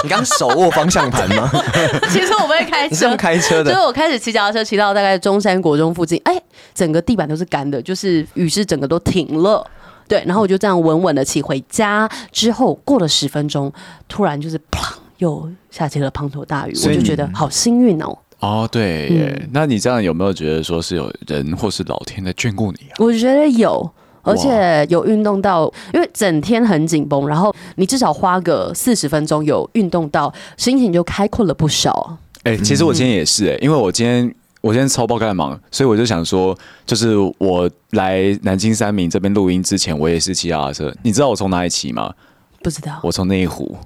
Speaker 3: 你刚手握方向盘吗？
Speaker 1: 其实我不会开
Speaker 3: 你是
Speaker 1: 车
Speaker 3: 用，开车
Speaker 1: 所以
Speaker 3: 的？
Speaker 1: 我开始骑脚踏车，骑到大概中山国中附近，哎，整个地板都是干的，就是雨是整个都停了。对，然后我就这样稳稳的骑回家，之后过了十分钟，突然就是砰，又下起了滂沱大雨，我
Speaker 2: 所以
Speaker 1: 就
Speaker 2: 你
Speaker 1: 觉得好幸运哦。
Speaker 2: 哦，对耶，
Speaker 3: 嗯
Speaker 2: 那你这样有没有觉得说是有人或是老天在眷顾你啊？
Speaker 1: 我觉得有。而且有运动到，因为整天很紧绷，然后你至少花个四十分钟有运动到，心情就开阔了不少。
Speaker 2: 哎、其实我今天也是哎、
Speaker 3: 嗯
Speaker 2: 因为我今天我今天超爆干忙，所以我就想说，就是我来南京三明这边录音之前，我也是骑脚踏车。你知道我从哪里骑吗？
Speaker 1: 不知道
Speaker 2: 我从内湖，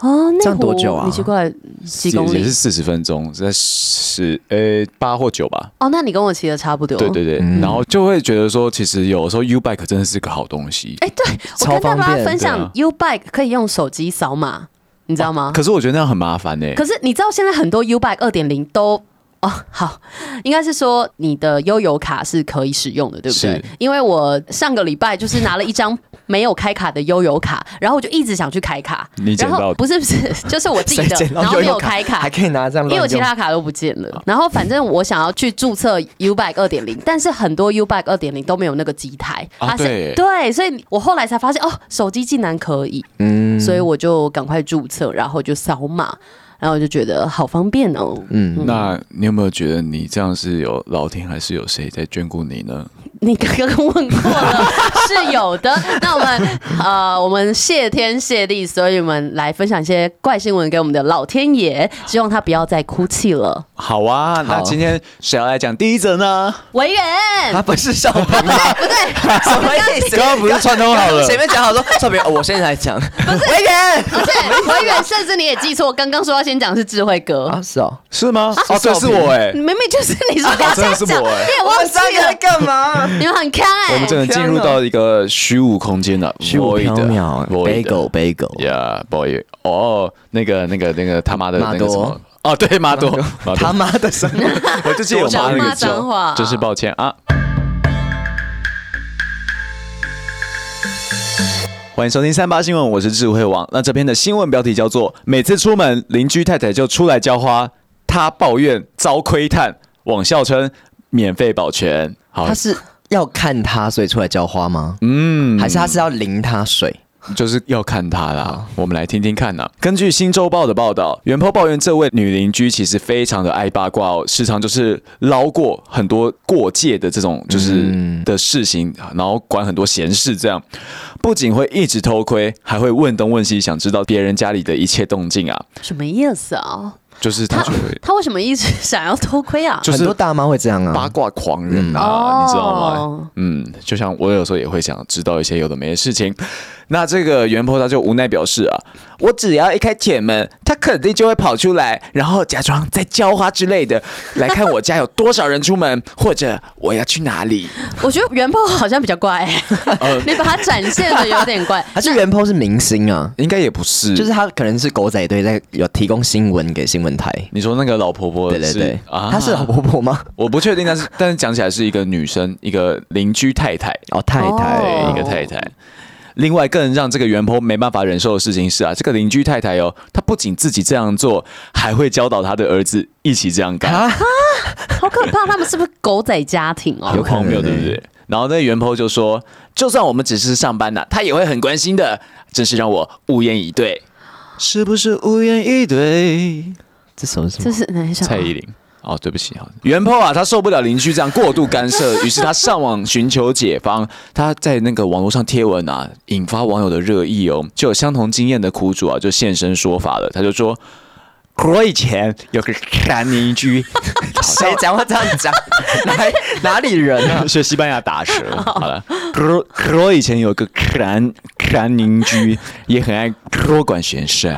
Speaker 1: 哦，那
Speaker 3: 这样多久啊
Speaker 1: 你骑过来几公
Speaker 2: 也
Speaker 1: 里
Speaker 2: 是？四十分钟，在十呃八或九吧。
Speaker 1: 哦，那你跟我骑的差不多。
Speaker 2: 对对对，
Speaker 3: 嗯
Speaker 2: 然后就会觉得说，其实有时候 U Bike 真的是个好东西。
Speaker 1: 哎、对
Speaker 3: 超
Speaker 1: 我跟大
Speaker 3: 方
Speaker 1: 家
Speaker 3: 便
Speaker 1: 分
Speaker 2: 对
Speaker 1: 享
Speaker 2: 啊
Speaker 1: ，U Bike 可以用手机扫码，你知道吗？
Speaker 2: 可是我觉得那样很麻烦呢、欸
Speaker 1: 可是你知道现在很多 U Bike 二点零都。哦，好，应该是说你的悠游卡是可以使用的，对不对
Speaker 2: 是？
Speaker 1: 因为我上个礼拜就是拿了一张没有开卡的悠游卡，然后我就一直想去开卡，
Speaker 2: 你捡
Speaker 1: 然后
Speaker 2: 到
Speaker 1: 不是不是，就是我自己
Speaker 3: 谁
Speaker 1: 的
Speaker 3: 捡，到
Speaker 1: 然后
Speaker 3: 悠
Speaker 1: 没
Speaker 3: 游
Speaker 1: 有开卡
Speaker 3: 还，可以拿这样
Speaker 1: 因为我
Speaker 3: 乱
Speaker 1: 其
Speaker 3: 用。
Speaker 1: 他卡都不见了。然后反正我想要去注册 U Bike 二点零，但是很多 U Bike 二点零都没有那个机台，
Speaker 2: 啊
Speaker 1: 它是
Speaker 2: 对
Speaker 1: 对，所以我后来才发现哦，手机竟然可以，
Speaker 3: 嗯
Speaker 1: 所以我就赶快注册，然后就扫码，然后我就觉得好方便哦。
Speaker 3: 嗯，
Speaker 2: 那你有没有觉得你这样是有老天还是有谁在眷顾你呢？
Speaker 1: 你刚刚问过了， 是有的。那我们呃，我们谢天谢地，所以我们来分享一些怪新闻给我们的老天爷，希望他不要再哭泣了。
Speaker 2: 好啊，那今天谁要来讲第一则 呢？
Speaker 1: 维园，
Speaker 3: 他不是少平 吗？不对， 什么意思？
Speaker 2: 刚刚不是串通好了
Speaker 3: 前面讲好说少平，哦我现在来讲。维园
Speaker 1: 而且维园，甚至你也记错，刚刚说要先讲是智慧哥，
Speaker 3: 啊，是哦，
Speaker 2: 是吗？
Speaker 3: 啊
Speaker 2: 哦，对，是我哎、
Speaker 1: 明明就是你说要
Speaker 2: 真
Speaker 1: 先
Speaker 2: 的是
Speaker 1: 讲，
Speaker 2: 我哎
Speaker 1: 你也忘记了，
Speaker 3: 干嘛？
Speaker 1: 你们很看哎、
Speaker 2: 我们真的进入到一个虚无空间了，
Speaker 3: 虚无缥缈
Speaker 2: void
Speaker 3: ，bagel bagel，
Speaker 2: ，yeah，boy，哦，那个那个那个他妈的那
Speaker 3: 马
Speaker 2: 个
Speaker 3: 多
Speaker 2: 什么？哦，对，马多，马
Speaker 3: 他
Speaker 2: 多，
Speaker 3: 妈的什么？
Speaker 2: 我就记得我妈那
Speaker 1: 多
Speaker 2: 个
Speaker 1: 骂脏
Speaker 2: 咒
Speaker 1: 话
Speaker 2: 真是抱歉啊。欢迎收听三八新闻，我是智慧王。那这篇的新闻标题叫做“每次出门邻居太太就出来浇花，她抱怨遭窥探，网笑称免费保全”。好
Speaker 3: 他，是要看他所以出来浇花吗？
Speaker 2: 嗯
Speaker 3: 还是他是要淋他水？
Speaker 2: 就是要看她
Speaker 1: 哦
Speaker 2: 啦。我们来听听看呐、啊根据《新周报》的报道，袁坡抱怨这位女邻居其实非常的爱八卦哦，时常就是捞过很多过界的这种
Speaker 1: 嗯
Speaker 2: 就是的事情，然后管很多闲事，这样不仅会一直偷窥，还会问东问西，想知道别人家里的一切动静啊。
Speaker 1: 什么意思啊？
Speaker 2: 就是她
Speaker 1: 他嗯
Speaker 2: 觉得
Speaker 1: 他为什么一直想要偷窥啊？
Speaker 2: 就是
Speaker 3: 很多大妈会这样
Speaker 2: 八
Speaker 3: 啊。
Speaker 2: 卦狂人啊，
Speaker 1: 嗯
Speaker 2: 你知道吗
Speaker 1: 哦？
Speaker 2: 嗯，就像我有时候也会想知道一些有的没的事情。那这个袁坡他就无奈表示啊，我只要一开铁门，他肯定就会跑出来，然后假装在浇花之类的，来看我家有多少人出门，或者我要去哪里。
Speaker 3: 嗯
Speaker 1: 我觉得元宝好像比较怪、
Speaker 2: 哦
Speaker 1: 你把它展现的有点怪。
Speaker 3: 还是袁坡是明星啊？
Speaker 2: 应该也不是，
Speaker 3: 就是他可能是狗仔队在有提供新闻给新闻台。
Speaker 2: 你说那个老婆婆
Speaker 3: 对
Speaker 2: 是，
Speaker 3: 对对，
Speaker 2: 啊
Speaker 3: 她是老婆婆吗？
Speaker 2: 我不确定，但是但是讲起来是一个女生，一个邻居太太，
Speaker 3: 哦，太太，
Speaker 1: 哦
Speaker 2: 对，一个太太。另外，更让这个袁坡没办法忍受的事情是啊，这个邻居太太哦，她不仅自己这样做，还会教导她的儿子一起这样干，
Speaker 1: 好可怕！他们是不是狗仔家庭哦？
Speaker 2: 很荒谬，
Speaker 3: 可能欸
Speaker 2: 对不对？然后那个袁坡就说，就算我们只是上班呐、他也会很关心的，真是让我无言以对，是不是无言以对？
Speaker 3: 这首是什
Speaker 1: 这
Speaker 3: 么？
Speaker 1: 是哪一首？
Speaker 2: 蔡依林。哦，对不起哈，袁坡啊，他受不了邻居这样过度干涉，于是他上网寻求解方。他在那个网络上贴文啊，引发网友的热议哦。就有相同经验的苦主啊，就现身说法了。他就说：“我以前有个干邻居，
Speaker 3: 谁讲话这样讲？哪哪里人 啊？
Speaker 2: 学西班牙打舌。 好了，我我以前有个干干邻居，也很爱多管闲事，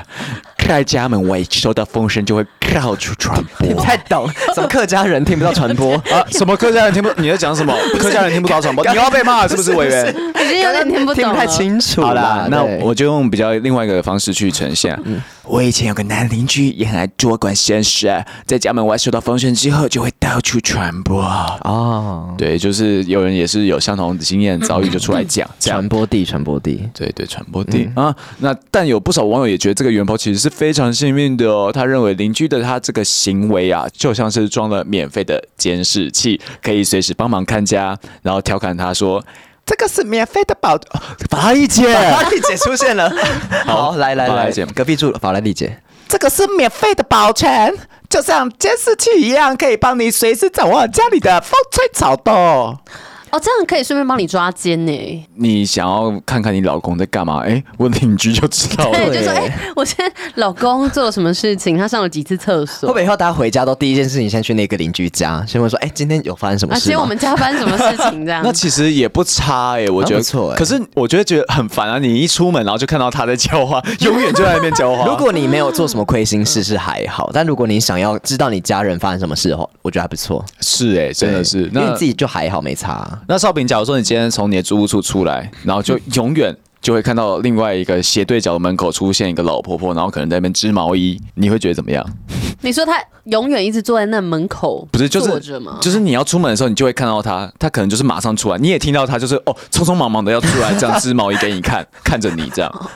Speaker 2: 开家门我一收到风声就会到处传 播。
Speaker 3: 你不太懂，什么客家人听不到 传播？
Speaker 2: 啊，什么客家人听不？你在讲什么？客家人听不到传播，你要被骂了是不是，委员？
Speaker 1: 已经有点听不懂啊
Speaker 3: 听
Speaker 1: 了。
Speaker 3: 不太清楚
Speaker 2: 好
Speaker 3: 啦
Speaker 2: 啦，。那
Speaker 3: 对
Speaker 2: 我就用比较另外一个方式去呈现。我以前有个男邻居，也很爱多管闲事，啊在家门外收到风声之后，就会到处传播。
Speaker 3: 哦，
Speaker 2: 对，就是有人也是有相同的经验遭遇，就出来讲这样
Speaker 3: 传。播地，传播地。
Speaker 2: 对对，传播地、啊。那但有不少网友也觉得这个袁抛其实是非常幸运的哦。他认为邻居的他这个行为啊，就像是装了免费的监视器，可以随时帮忙看家，然后调侃他说。这个是免费的保，哦法医姐，
Speaker 3: 法拉利姐出现了，哎好，来来
Speaker 2: 法拉
Speaker 3: 来
Speaker 2: 利姐，
Speaker 3: 隔壁住法拉利姐，
Speaker 2: 这个是免费的保全，就像监视器一样，可以帮你随时掌握家里的风吹草动。
Speaker 1: 哦，这样可以顺便帮你抓奸欸呢。
Speaker 2: 你想要看看你老公在干嘛？哎，我邻居就知道
Speaker 1: 对，
Speaker 2: 了。
Speaker 1: 就说哎、我现在老公做了什么事情？他上了几次厕
Speaker 3: 会不
Speaker 1: 所？
Speaker 3: 会以后大家回家都第一件事情先去那个邻居家，先问说，哎，今天有发生什
Speaker 1: 啊，
Speaker 3: 么事
Speaker 1: 今天我
Speaker 3: 吗
Speaker 1: 们？加班什么事情？这样
Speaker 2: 那其实也不差哎、我觉得
Speaker 3: 不错欸
Speaker 2: 可是我觉得觉得很烦啊！你一出门，然后就看到他在 浇花，永远就在那边浇花。
Speaker 3: 哦如果你没有做什么亏心事是还好，但如果你想要知道你家人发生什么事的话，我觉得还不错。
Speaker 2: 是哎、真的是
Speaker 3: 对因为
Speaker 2: 那
Speaker 3: 你自己就还好没差啊、
Speaker 2: 那少平，假如说你今天从你的租屋处出来，然后就永远就会看到另外一个斜对角的门口出现一个老婆婆，然后可能在那边织毛衣，你会觉得怎么样？
Speaker 1: 你说他永远一直坐在那门口，
Speaker 2: 不是，就
Speaker 1: 坐
Speaker 2: 是
Speaker 1: 着
Speaker 3: 嗯
Speaker 1: 吗？
Speaker 2: 就是你要出门的时候，你就会看到她，她可能就是马上出来，你也听到她就是哦，匆匆忙忙的要出来，这样织毛衣给你看，看着你这样，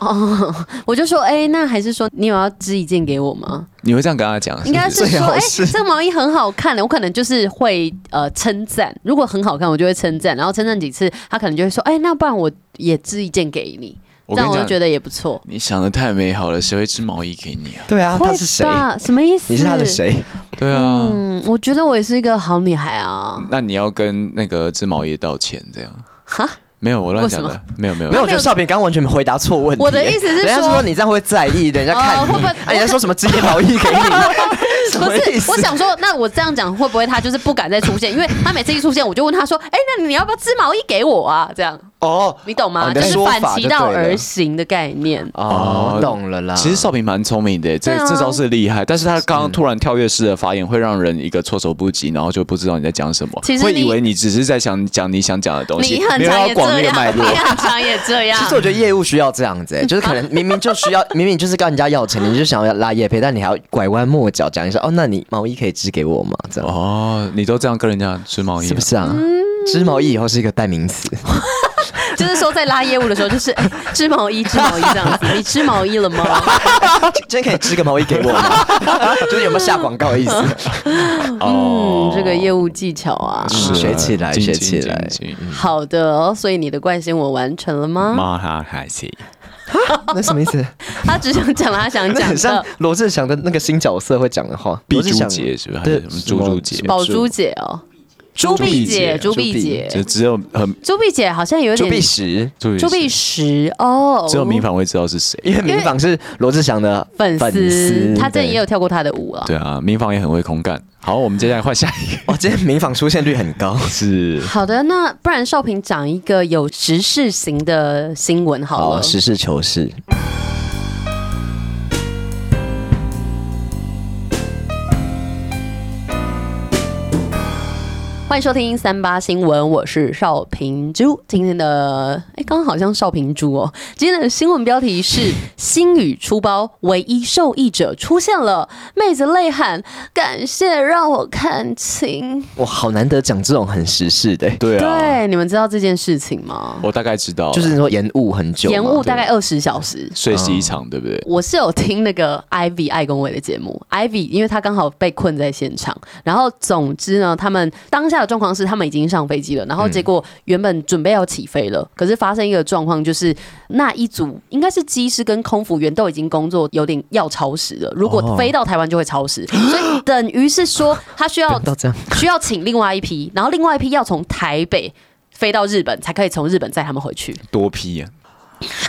Speaker 1: 我就说，哎、那还是说你有要织一件给我 吗？
Speaker 2: 你会这样跟她讲？
Speaker 1: 应该是
Speaker 2: 最
Speaker 1: 说，
Speaker 2: 好
Speaker 1: 哎、
Speaker 2: 是
Speaker 1: 这个毛衣很好看的，我可能就是会呃称赞，如果很好看，我就会称赞，然后称赞几次，他可能就会说，哎、那不然我也织一件给你，
Speaker 2: 我
Speaker 1: 这
Speaker 2: 跟
Speaker 1: 样
Speaker 2: 你
Speaker 1: 我就
Speaker 2: 讲，
Speaker 1: 觉得也不错。
Speaker 2: 你想的太美好了，谁会织毛衣给你啊？
Speaker 3: 对啊，
Speaker 1: 会
Speaker 3: 他是谁？
Speaker 1: 吧？什么意思？
Speaker 3: 你是他的？谁？
Speaker 2: 对啊，
Speaker 1: 嗯，我觉得我也是一个好女孩啊。
Speaker 2: 那你要跟那个织毛衣道歉，这样
Speaker 1: 哈，
Speaker 2: 没有我乱讲
Speaker 1: 为什
Speaker 2: 的，没有没有
Speaker 3: 没有，我觉得少平刚刚完全回答错问题。
Speaker 1: 我的意思是
Speaker 3: 人家
Speaker 1: 说
Speaker 3: 说你这样会在意人家
Speaker 1: 哦
Speaker 3: 看你，
Speaker 1: 会不会
Speaker 3: 啊人家说什么职业劳役 给你？什
Speaker 1: 不
Speaker 3: 么意
Speaker 1: 是，
Speaker 3: 思
Speaker 1: 我想说，那我这样讲会不会他就是不敢再出现？因为他每次一出现，我就问他说：“哎、那你要不要织毛衣给我啊？”这样
Speaker 3: 哦
Speaker 1: 你懂吗？
Speaker 3: 哦你
Speaker 1: 就
Speaker 3: 的
Speaker 1: 是
Speaker 3: 说
Speaker 1: 反
Speaker 3: 法
Speaker 1: 其
Speaker 3: 就
Speaker 1: 道
Speaker 3: 对了
Speaker 1: 而行的概念。
Speaker 3: 哦，我懂了啦。
Speaker 2: 其实少平蛮聪明的，这、
Speaker 1: 对啊
Speaker 2: 这招是厉害，但是他刚刚突然跳跃式的发言，会让人一个措手不及，然后就不知道你在讲什么，
Speaker 1: 其实
Speaker 2: 会
Speaker 1: 你
Speaker 2: 以为你只是在想讲你想讲的东西
Speaker 1: 你，很
Speaker 2: 没有
Speaker 1: 常
Speaker 2: 要
Speaker 1: 也这
Speaker 2: 广
Speaker 1: 样，
Speaker 2: 那个脉
Speaker 1: 你
Speaker 2: 络。
Speaker 1: 很常也这样
Speaker 3: 其。实我觉得业务需要这样子、欸，就是可能明明就需要， 明明就是跟人家要钱，你就想要拉业配，但你还要拐弯抹角讲一下，哦，那你毛衣可以织给我吗？这样
Speaker 2: 哦，你都这样跟人家织毛衣、啊，
Speaker 3: 是不是啊？
Speaker 1: 嗯
Speaker 3: 织毛衣以后是一个代 名词，
Speaker 1: 就是说在拉业务的时候，就是哎织毛衣，织毛衣这样子。你织毛衣了吗？
Speaker 3: 今天可以织个毛衣给我吗？就是有没有下广告的意思？
Speaker 1: 嗯
Speaker 2: 哦，，
Speaker 1: 这个业务技巧啊。
Speaker 2: 是啊
Speaker 3: 学起来
Speaker 2: 精进
Speaker 3: 学起来
Speaker 2: 精进
Speaker 1: 好的哦，所以你的怪心我完成了吗？
Speaker 2: 马哈开心，
Speaker 3: 那什么意思？
Speaker 1: 他只想讲了他想
Speaker 3: 那
Speaker 1: 讲
Speaker 3: 很像
Speaker 1: 的。
Speaker 3: 罗志祥的那个新角色会讲的话，
Speaker 2: 碧
Speaker 3: 罗志
Speaker 2: 珠
Speaker 3: 祥
Speaker 2: 姐是不是？还
Speaker 3: 对
Speaker 2: 是什么猪猪姐？
Speaker 3: 什么
Speaker 1: 宝珠姐哦，
Speaker 2: 朱
Speaker 1: 碧
Speaker 2: 碧
Speaker 1: 姐，
Speaker 2: 姐
Speaker 1: 朱碧
Speaker 3: 朱碧
Speaker 1: 姐
Speaker 2: 只，只有很
Speaker 1: 朱碧姐好像有
Speaker 3: 朱
Speaker 1: 点
Speaker 3: 碧石，
Speaker 2: 朱
Speaker 1: 朱碧
Speaker 2: 姐
Speaker 1: 石哦，
Speaker 2: 只有民房会知道是谁。
Speaker 3: 因为民房是罗志祥的
Speaker 1: 粉丝
Speaker 3: 丝，，
Speaker 1: 他这
Speaker 3: 对
Speaker 1: 也有跳过他的舞啊。
Speaker 2: 对啊，民房也很会空干。好，我们接下来换下一个
Speaker 3: 哦，今天民房出现率很高。
Speaker 2: 是
Speaker 1: 好的，那不然少平讲一个有时事型的新闻好了。
Speaker 3: 好，哦实事求是。
Speaker 1: 欢迎收听三八新闻，我是少平珠。今天的哎，刚刚好像少平珠哦。今天的新闻标题是：新宇出包，唯一受益者出现了。妹子泪喊：“感谢让我看清。
Speaker 3: 哇，好难得讲这种很时事的、
Speaker 2: 对啊，
Speaker 1: 对，你们知道这件事情吗？
Speaker 2: 我大概知道了，
Speaker 3: 就是说延误很久
Speaker 1: 哦
Speaker 3: 嘛，
Speaker 1: 延误大
Speaker 3: 对
Speaker 1: 概二十小时。
Speaker 2: 睡西场，对不对？
Speaker 1: 我是有听那个 Ivy 爱公伟的节目，Ivy 因为他刚好被困在现场，然后总之呢，他们当下的状况是他们已经上飞机了，然后
Speaker 3: 嗯
Speaker 1: 结果原本准备要起飞了，可是发生一个状况，就是那一组应该是机师跟空服员都已经工作有点要超时
Speaker 3: 哦
Speaker 1: 了，如果飞到台湾就会超 时，所以等于是说他需要
Speaker 3: 等到这样，
Speaker 1: 需要请另外一批，然后另外一批要从台北飞到日本，才可以从日本载他们回去。
Speaker 2: 多批啊，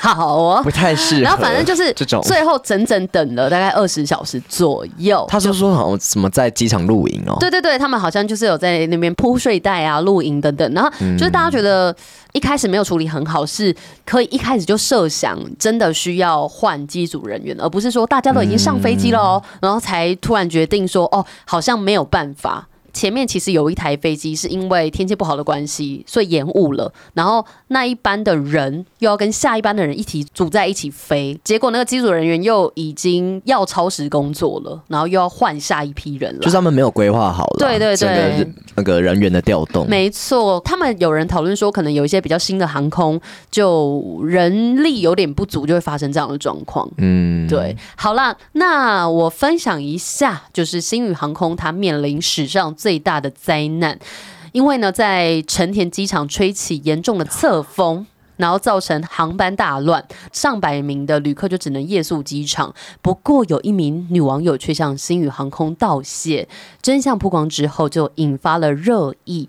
Speaker 1: 好哦
Speaker 3: 不。太适合。
Speaker 1: 然后反正就是
Speaker 3: 这种，
Speaker 1: 最后整整等了大概二十小时左右。
Speaker 3: 他说说好像什么在机场露营哦，
Speaker 1: 对对对，他们好像就是有在那边铺睡袋啊、露营等等。然后
Speaker 3: 嗯
Speaker 1: 就是大家觉得一开始没有处理很好，是可以一开始就设想真的需要换机组人员，而不是说大家都已经上飞机了哦，
Speaker 3: 嗯
Speaker 1: 然后才突然决定说哦，好像没有办法。前面其实有一台飞机是因为天气不好的关系，所以延误了。然后那一班的人又要跟下一班的人一起组在一起飞，结果那个机组人员又已经要超时工作了，然后又要换下一批人了。
Speaker 3: 就是他们没有规划好了，
Speaker 1: 对对对
Speaker 3: 整个人那个人员的调动，
Speaker 1: 没错，他们有人讨论说，可能有一些比较新的航空，就人力有点不足，就会发生这样的状况。
Speaker 3: 嗯，
Speaker 1: 对，好啦，那我分享一下，就是星宇航空它面临史上最大的灾难，因为呢，在成田机场吹起严重的侧风。然后造成航班大乱，上百名的旅客就只能夜宿机场。不过有一名女网友却向星宇航空道谢，真相曝光之后就引发了热议。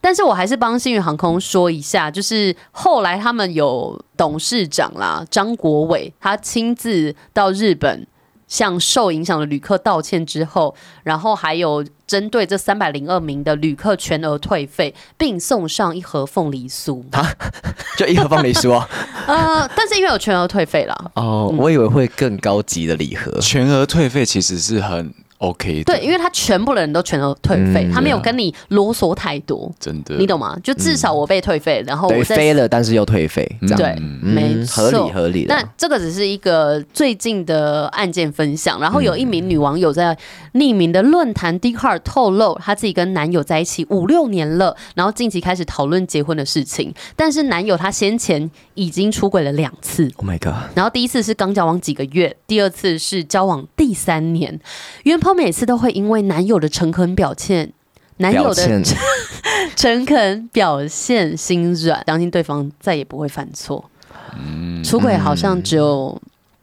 Speaker 1: 但是我还是帮星宇航空说一下，就是后来他们有董事长啦，张国伟，他亲自到日本向受影响的旅客道歉之后，然后还有针对这三百零二名的旅客全额退费，并送上一盒凤梨 酥。
Speaker 3: 啊就一盒凤梨 酥哦。哦
Speaker 1: 呃，但是因为有全额退费啦，
Speaker 3: 哦，我以为会更高级的礼盒，
Speaker 2: 全额退费其实是很 OK 的。
Speaker 1: 呃对，因为他全部的人都全额退费，
Speaker 3: 嗯
Speaker 1: 他没
Speaker 3: 啊
Speaker 1: 有跟你啰嗦太多，
Speaker 2: 真的，
Speaker 1: 你懂吗？就至少我被退费，然后
Speaker 3: 等于
Speaker 1: 哦我在
Speaker 3: 嗯飞了，但是又退费，这样嗯
Speaker 1: 对，没错，
Speaker 3: 合理合理的
Speaker 1: 那这个只是一个最近的案件分享，然后有一名女网友在匿名的论坛 d c a r 透露，她自己跟男友在一起五六年了，然后近期开始讨论结婚的事情，但是男友他先前已经出轨了两次，
Speaker 3: Oh my god！
Speaker 1: 然后第一次是刚交往几个月，第二次是交往第三年。袁鹏每次都会因为男友的诚恳表现，男友
Speaker 3: 表
Speaker 1: 的
Speaker 3: 现
Speaker 1: 诚恳表现心软，相信对方再也不会犯错。出轨好像只有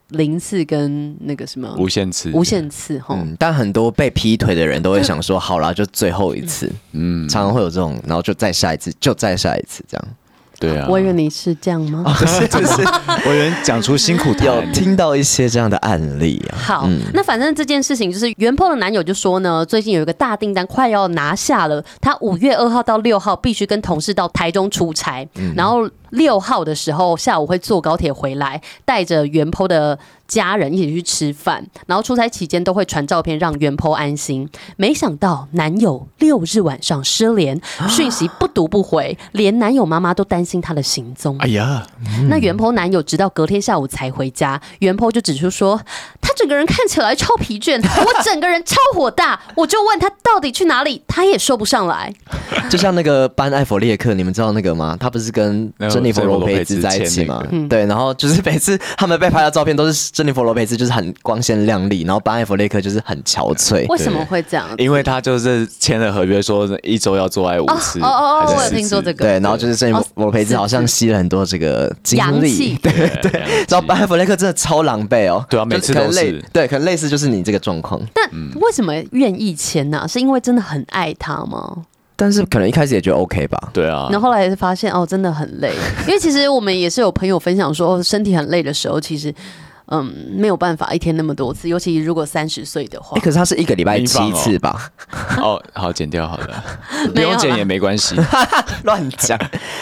Speaker 1: 零次跟那个什么
Speaker 2: 嗯无限次，
Speaker 1: 无限次哈。
Speaker 3: 嗯，但很多被劈腿的人都 会想说，好啦，就最后一次，嗯，常常会有这种，然后就再下一次，就再下一次，这样
Speaker 2: 对啊。
Speaker 1: 我以为你是这样 吗？
Speaker 3: 哦是就是
Speaker 2: 我有人讲出辛苦
Speaker 3: 有
Speaker 2: 谈，
Speaker 3: 听到一些这样的案例 啊，
Speaker 1: 好，那反正这件事情就是袁鹏的男友就说呢，最近有一个大订单快要拿下了，他五月二号到六号必须跟同事到台中出差，然后六号的时候下午会坐高铁回来，带着袁鹏的。家人一起去吃饭，然后出差期间都会传照片让袁鹏安心。没想到男友六日晚上失联，讯息不读不回，连男友妈妈都担心他的行踪。
Speaker 2: 哎呀，
Speaker 1: 那袁坡男友直到隔天下午才回家，袁坡就指出说，他整个人看起来超疲倦，我整个人超火大，我就问他到底去哪里，他也说不上来。
Speaker 3: 就像那个班艾佛列克，你们知道那个吗？他不是跟
Speaker 2: 那个
Speaker 3: 珍妮佛
Speaker 2: Jennifer
Speaker 3: 罗培兹
Speaker 2: Lopez
Speaker 3: 在一起
Speaker 2: 签那
Speaker 3: 吗
Speaker 2: 个？
Speaker 1: 嗯
Speaker 3: 对，然后就是每次 他们被拍到照片都是珍妮佛罗培兹，就是很光鲜亮丽，然后班艾佛列克就是很憔 悴。
Speaker 1: 为什么会这样？
Speaker 2: 因为他就是签了合约，说一周要做爱五次，
Speaker 1: 哦哦哦
Speaker 2: 还是
Speaker 1: 我有
Speaker 2: 四
Speaker 1: 听说
Speaker 2: 次
Speaker 1: 这个
Speaker 3: 对，然后就是珍妮佛罗培兹好像吸了很多这个精
Speaker 1: 阳
Speaker 3: 力
Speaker 1: 气，
Speaker 3: 对，
Speaker 2: 对对
Speaker 3: 然后班艾佛列克真的超狼狈哦。
Speaker 2: 对啊每
Speaker 3: 就
Speaker 2: 次
Speaker 3: 可能
Speaker 2: 都
Speaker 3: 类
Speaker 2: 是
Speaker 3: 对，可能类似就是你这个状况，
Speaker 1: 那为什么愿意签呢、是因为真的很爱他吗？
Speaker 3: 但是可能一开始也觉得 OK 吧。
Speaker 2: 对啊，
Speaker 1: 然后后来发现哦，真的很累。因为其实我们也是有朋友分享说，哦、身体很累的时候，其实嗯没有办法一天那么多次，尤其如果三十岁的话
Speaker 3: 哎，，可是他是一个礼拜
Speaker 2: 冰棒
Speaker 3: 七
Speaker 2: 哦
Speaker 3: 次吧？
Speaker 2: 哦，好剪掉好了，不
Speaker 1: 没有啦
Speaker 2: 用剪也没 关系，
Speaker 3: 乱讲，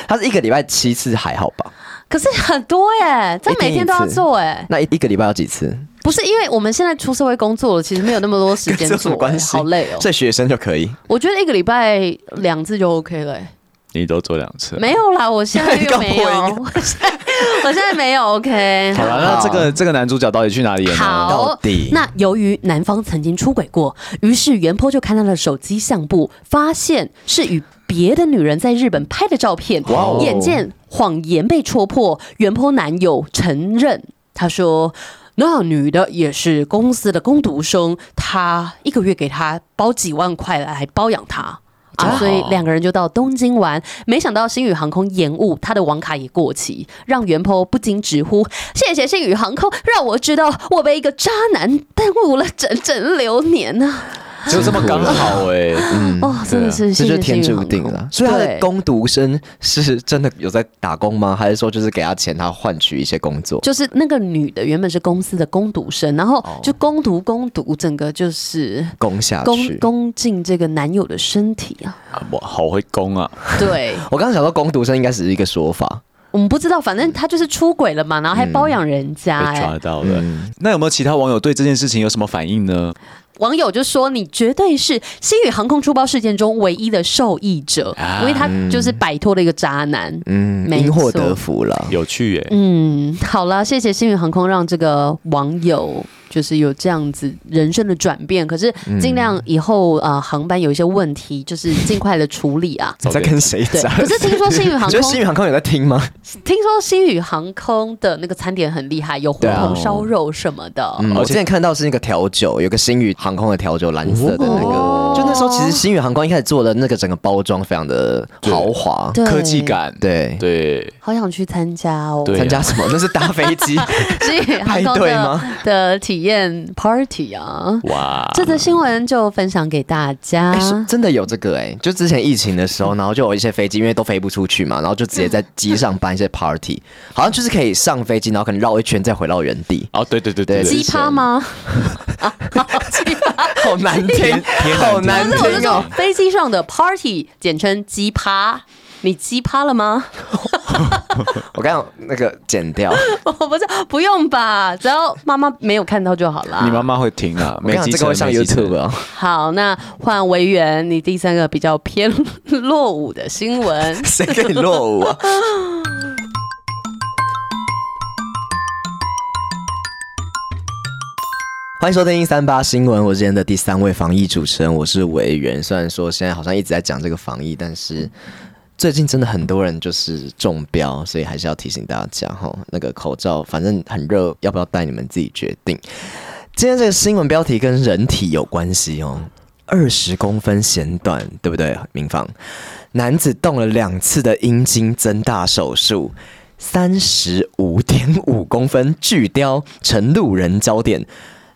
Speaker 3: 他是一个礼拜七次还好吧？
Speaker 1: 可是很多耶，这每天都要做哎。
Speaker 3: 那一一个礼拜要几次？
Speaker 1: 不是因为我们现在出社会工作了，其实没有那么多时间
Speaker 3: 跟这有什
Speaker 1: 做、
Speaker 3: 么关系
Speaker 1: 好累哦。
Speaker 3: 所以学生就可以。
Speaker 1: 我觉得一个礼拜两次就 OK 了、欸，
Speaker 2: 你都做两次，
Speaker 1: 没有啦，我现在又
Speaker 3: 干嘛
Speaker 1: 没有，我现在 我现在没有 OK。
Speaker 2: 好了，那这个这个男主角到底去哪里了呢？
Speaker 1: 好
Speaker 3: 到底
Speaker 1: 那由于男方曾经出轨过，于是袁坡就看他的手机相簿，发现是与别的女人在日本拍的照片。
Speaker 3: 哇哦
Speaker 1: 眼见谎言被戳破，袁坡男友承认，他说。那女的也是公司的工读生，他一个月给他包几万块来包养他
Speaker 2: 真
Speaker 1: 啊，
Speaker 2: 好
Speaker 1: 所以两个人就到东京玩。没想到星宇航空延误，他的网卡也过期，让袁坡不禁直呼：“谢谢星宇航空，让我知道我被一个渣男耽误了整整流年啊呢、
Speaker 2: 就这么刚好哎，
Speaker 1: 哦，真的是谢
Speaker 3: 这就
Speaker 1: 谢星
Speaker 3: 是天
Speaker 1: 宇
Speaker 3: 注
Speaker 1: 航
Speaker 3: 定
Speaker 1: 空
Speaker 3: 了。所以他的
Speaker 1: 对
Speaker 3: 工读生是真的有在打工吗？还是说就是给他钱，他换取一些工作？
Speaker 1: 就是那个女的原本是公司的攻读生，然后就攻读攻读，整个就是
Speaker 3: 攻下
Speaker 1: 攻
Speaker 3: 去。
Speaker 1: 攻进这个男友的身体啊。
Speaker 2: 我好会攻啊，
Speaker 1: 对，
Speaker 3: 我刚刚想说，工读生应该只是一个说法。
Speaker 1: 我们不知道，反正他就是出轨了嘛，然后还
Speaker 3: 嗯
Speaker 1: 包养人家、
Speaker 2: 被
Speaker 1: 哎、
Speaker 2: 抓到了。那有没有其他网友对这件事情有什么反应呢？
Speaker 1: 网友就说：“你绝对是星宇航空出包事件中唯一的受益者，
Speaker 3: 啊
Speaker 1: 因为他就是摆脱了一个渣男。”
Speaker 3: 嗯，
Speaker 1: 没
Speaker 3: 因祸
Speaker 1: 错
Speaker 3: 得福了。
Speaker 2: 有趣哎，。
Speaker 1: 嗯，好啦，谢谢星宇航空让这个网友就是有这样子人生的转变，可是
Speaker 3: 嗯
Speaker 1: 尽量以后啊、呃航班有一些问题，就是尽快的处理啊
Speaker 3: 你在跟谁
Speaker 1: 对，
Speaker 3: 讲？
Speaker 1: 可是听说星宇航
Speaker 3: 你觉
Speaker 1: 空
Speaker 3: 得，新宇航空有在听吗？
Speaker 1: 听说星宇航空的那个餐点很厉害，有火
Speaker 3: 对啊
Speaker 1: 头烧肉什么的。
Speaker 3: 嗯，我
Speaker 2: 而
Speaker 3: 之
Speaker 2: 且
Speaker 3: 前看到是那个调酒，有个星宇航空的调酒，蓝色的那
Speaker 1: 哦
Speaker 3: 个。就那时候，其实星宇航空一开始做的那个整个包装非常的豪华。
Speaker 1: 对
Speaker 2: 科技感，
Speaker 3: 对，
Speaker 2: 对，
Speaker 1: 好想去参加哦！
Speaker 2: 对
Speaker 3: 参加什 么？那是搭飞机。
Speaker 1: 星宇航空
Speaker 3: 派对
Speaker 1: 的
Speaker 3: 吗
Speaker 1: 的体验 party 啊，
Speaker 2: 哇，
Speaker 1: 这则新闻就分享给大家
Speaker 3: 哎、。是真的有这个哎、就之前疫情的时候，然后就有一些飞机因为都飞不出去嘛，然后就直接在机上办一些 party，好像就是可以上飞机，然后可能绕一圈再回到原地，
Speaker 2: 哦，对对对
Speaker 3: 对
Speaker 1: 鸡
Speaker 2: 对，
Speaker 1: 趴吗？
Speaker 3: 好难听，好难
Speaker 1: 不是，我就
Speaker 3: 听
Speaker 1: 说
Speaker 3: 哦。
Speaker 1: 飞机上的 party，简称鸡趴，你鸡趴了吗？
Speaker 3: 我刚刚那个剪掉，
Speaker 1: 我不是，不用吧，只要妈妈没有看到就好啦。
Speaker 2: 你妈妈会听啊，
Speaker 3: 我
Speaker 2: 没
Speaker 3: 刚刚
Speaker 2: 几
Speaker 3: 这个
Speaker 2: 成
Speaker 3: 会上
Speaker 2: 没几成
Speaker 3: YouTube 啊。
Speaker 1: 好，那换维园，你第三个比较偏落伍的新 闻
Speaker 3: 谁给你落伍啊？欢迎收听一三八新闻，我是今天的第三位防疫主持人，我是维园。虽然说现在好像一直在讲这个防疫，但是最近真的很多人就是中标，所以还是要提醒大家哈，那个口罩反正很热，要不要戴你们自己决定。今天这个新闻标题跟人体有关系哦，二十公分嫌短，对不对，明芳？男子动了两次的阴茎增大手术，三十五点五公分巨雕成路人焦点，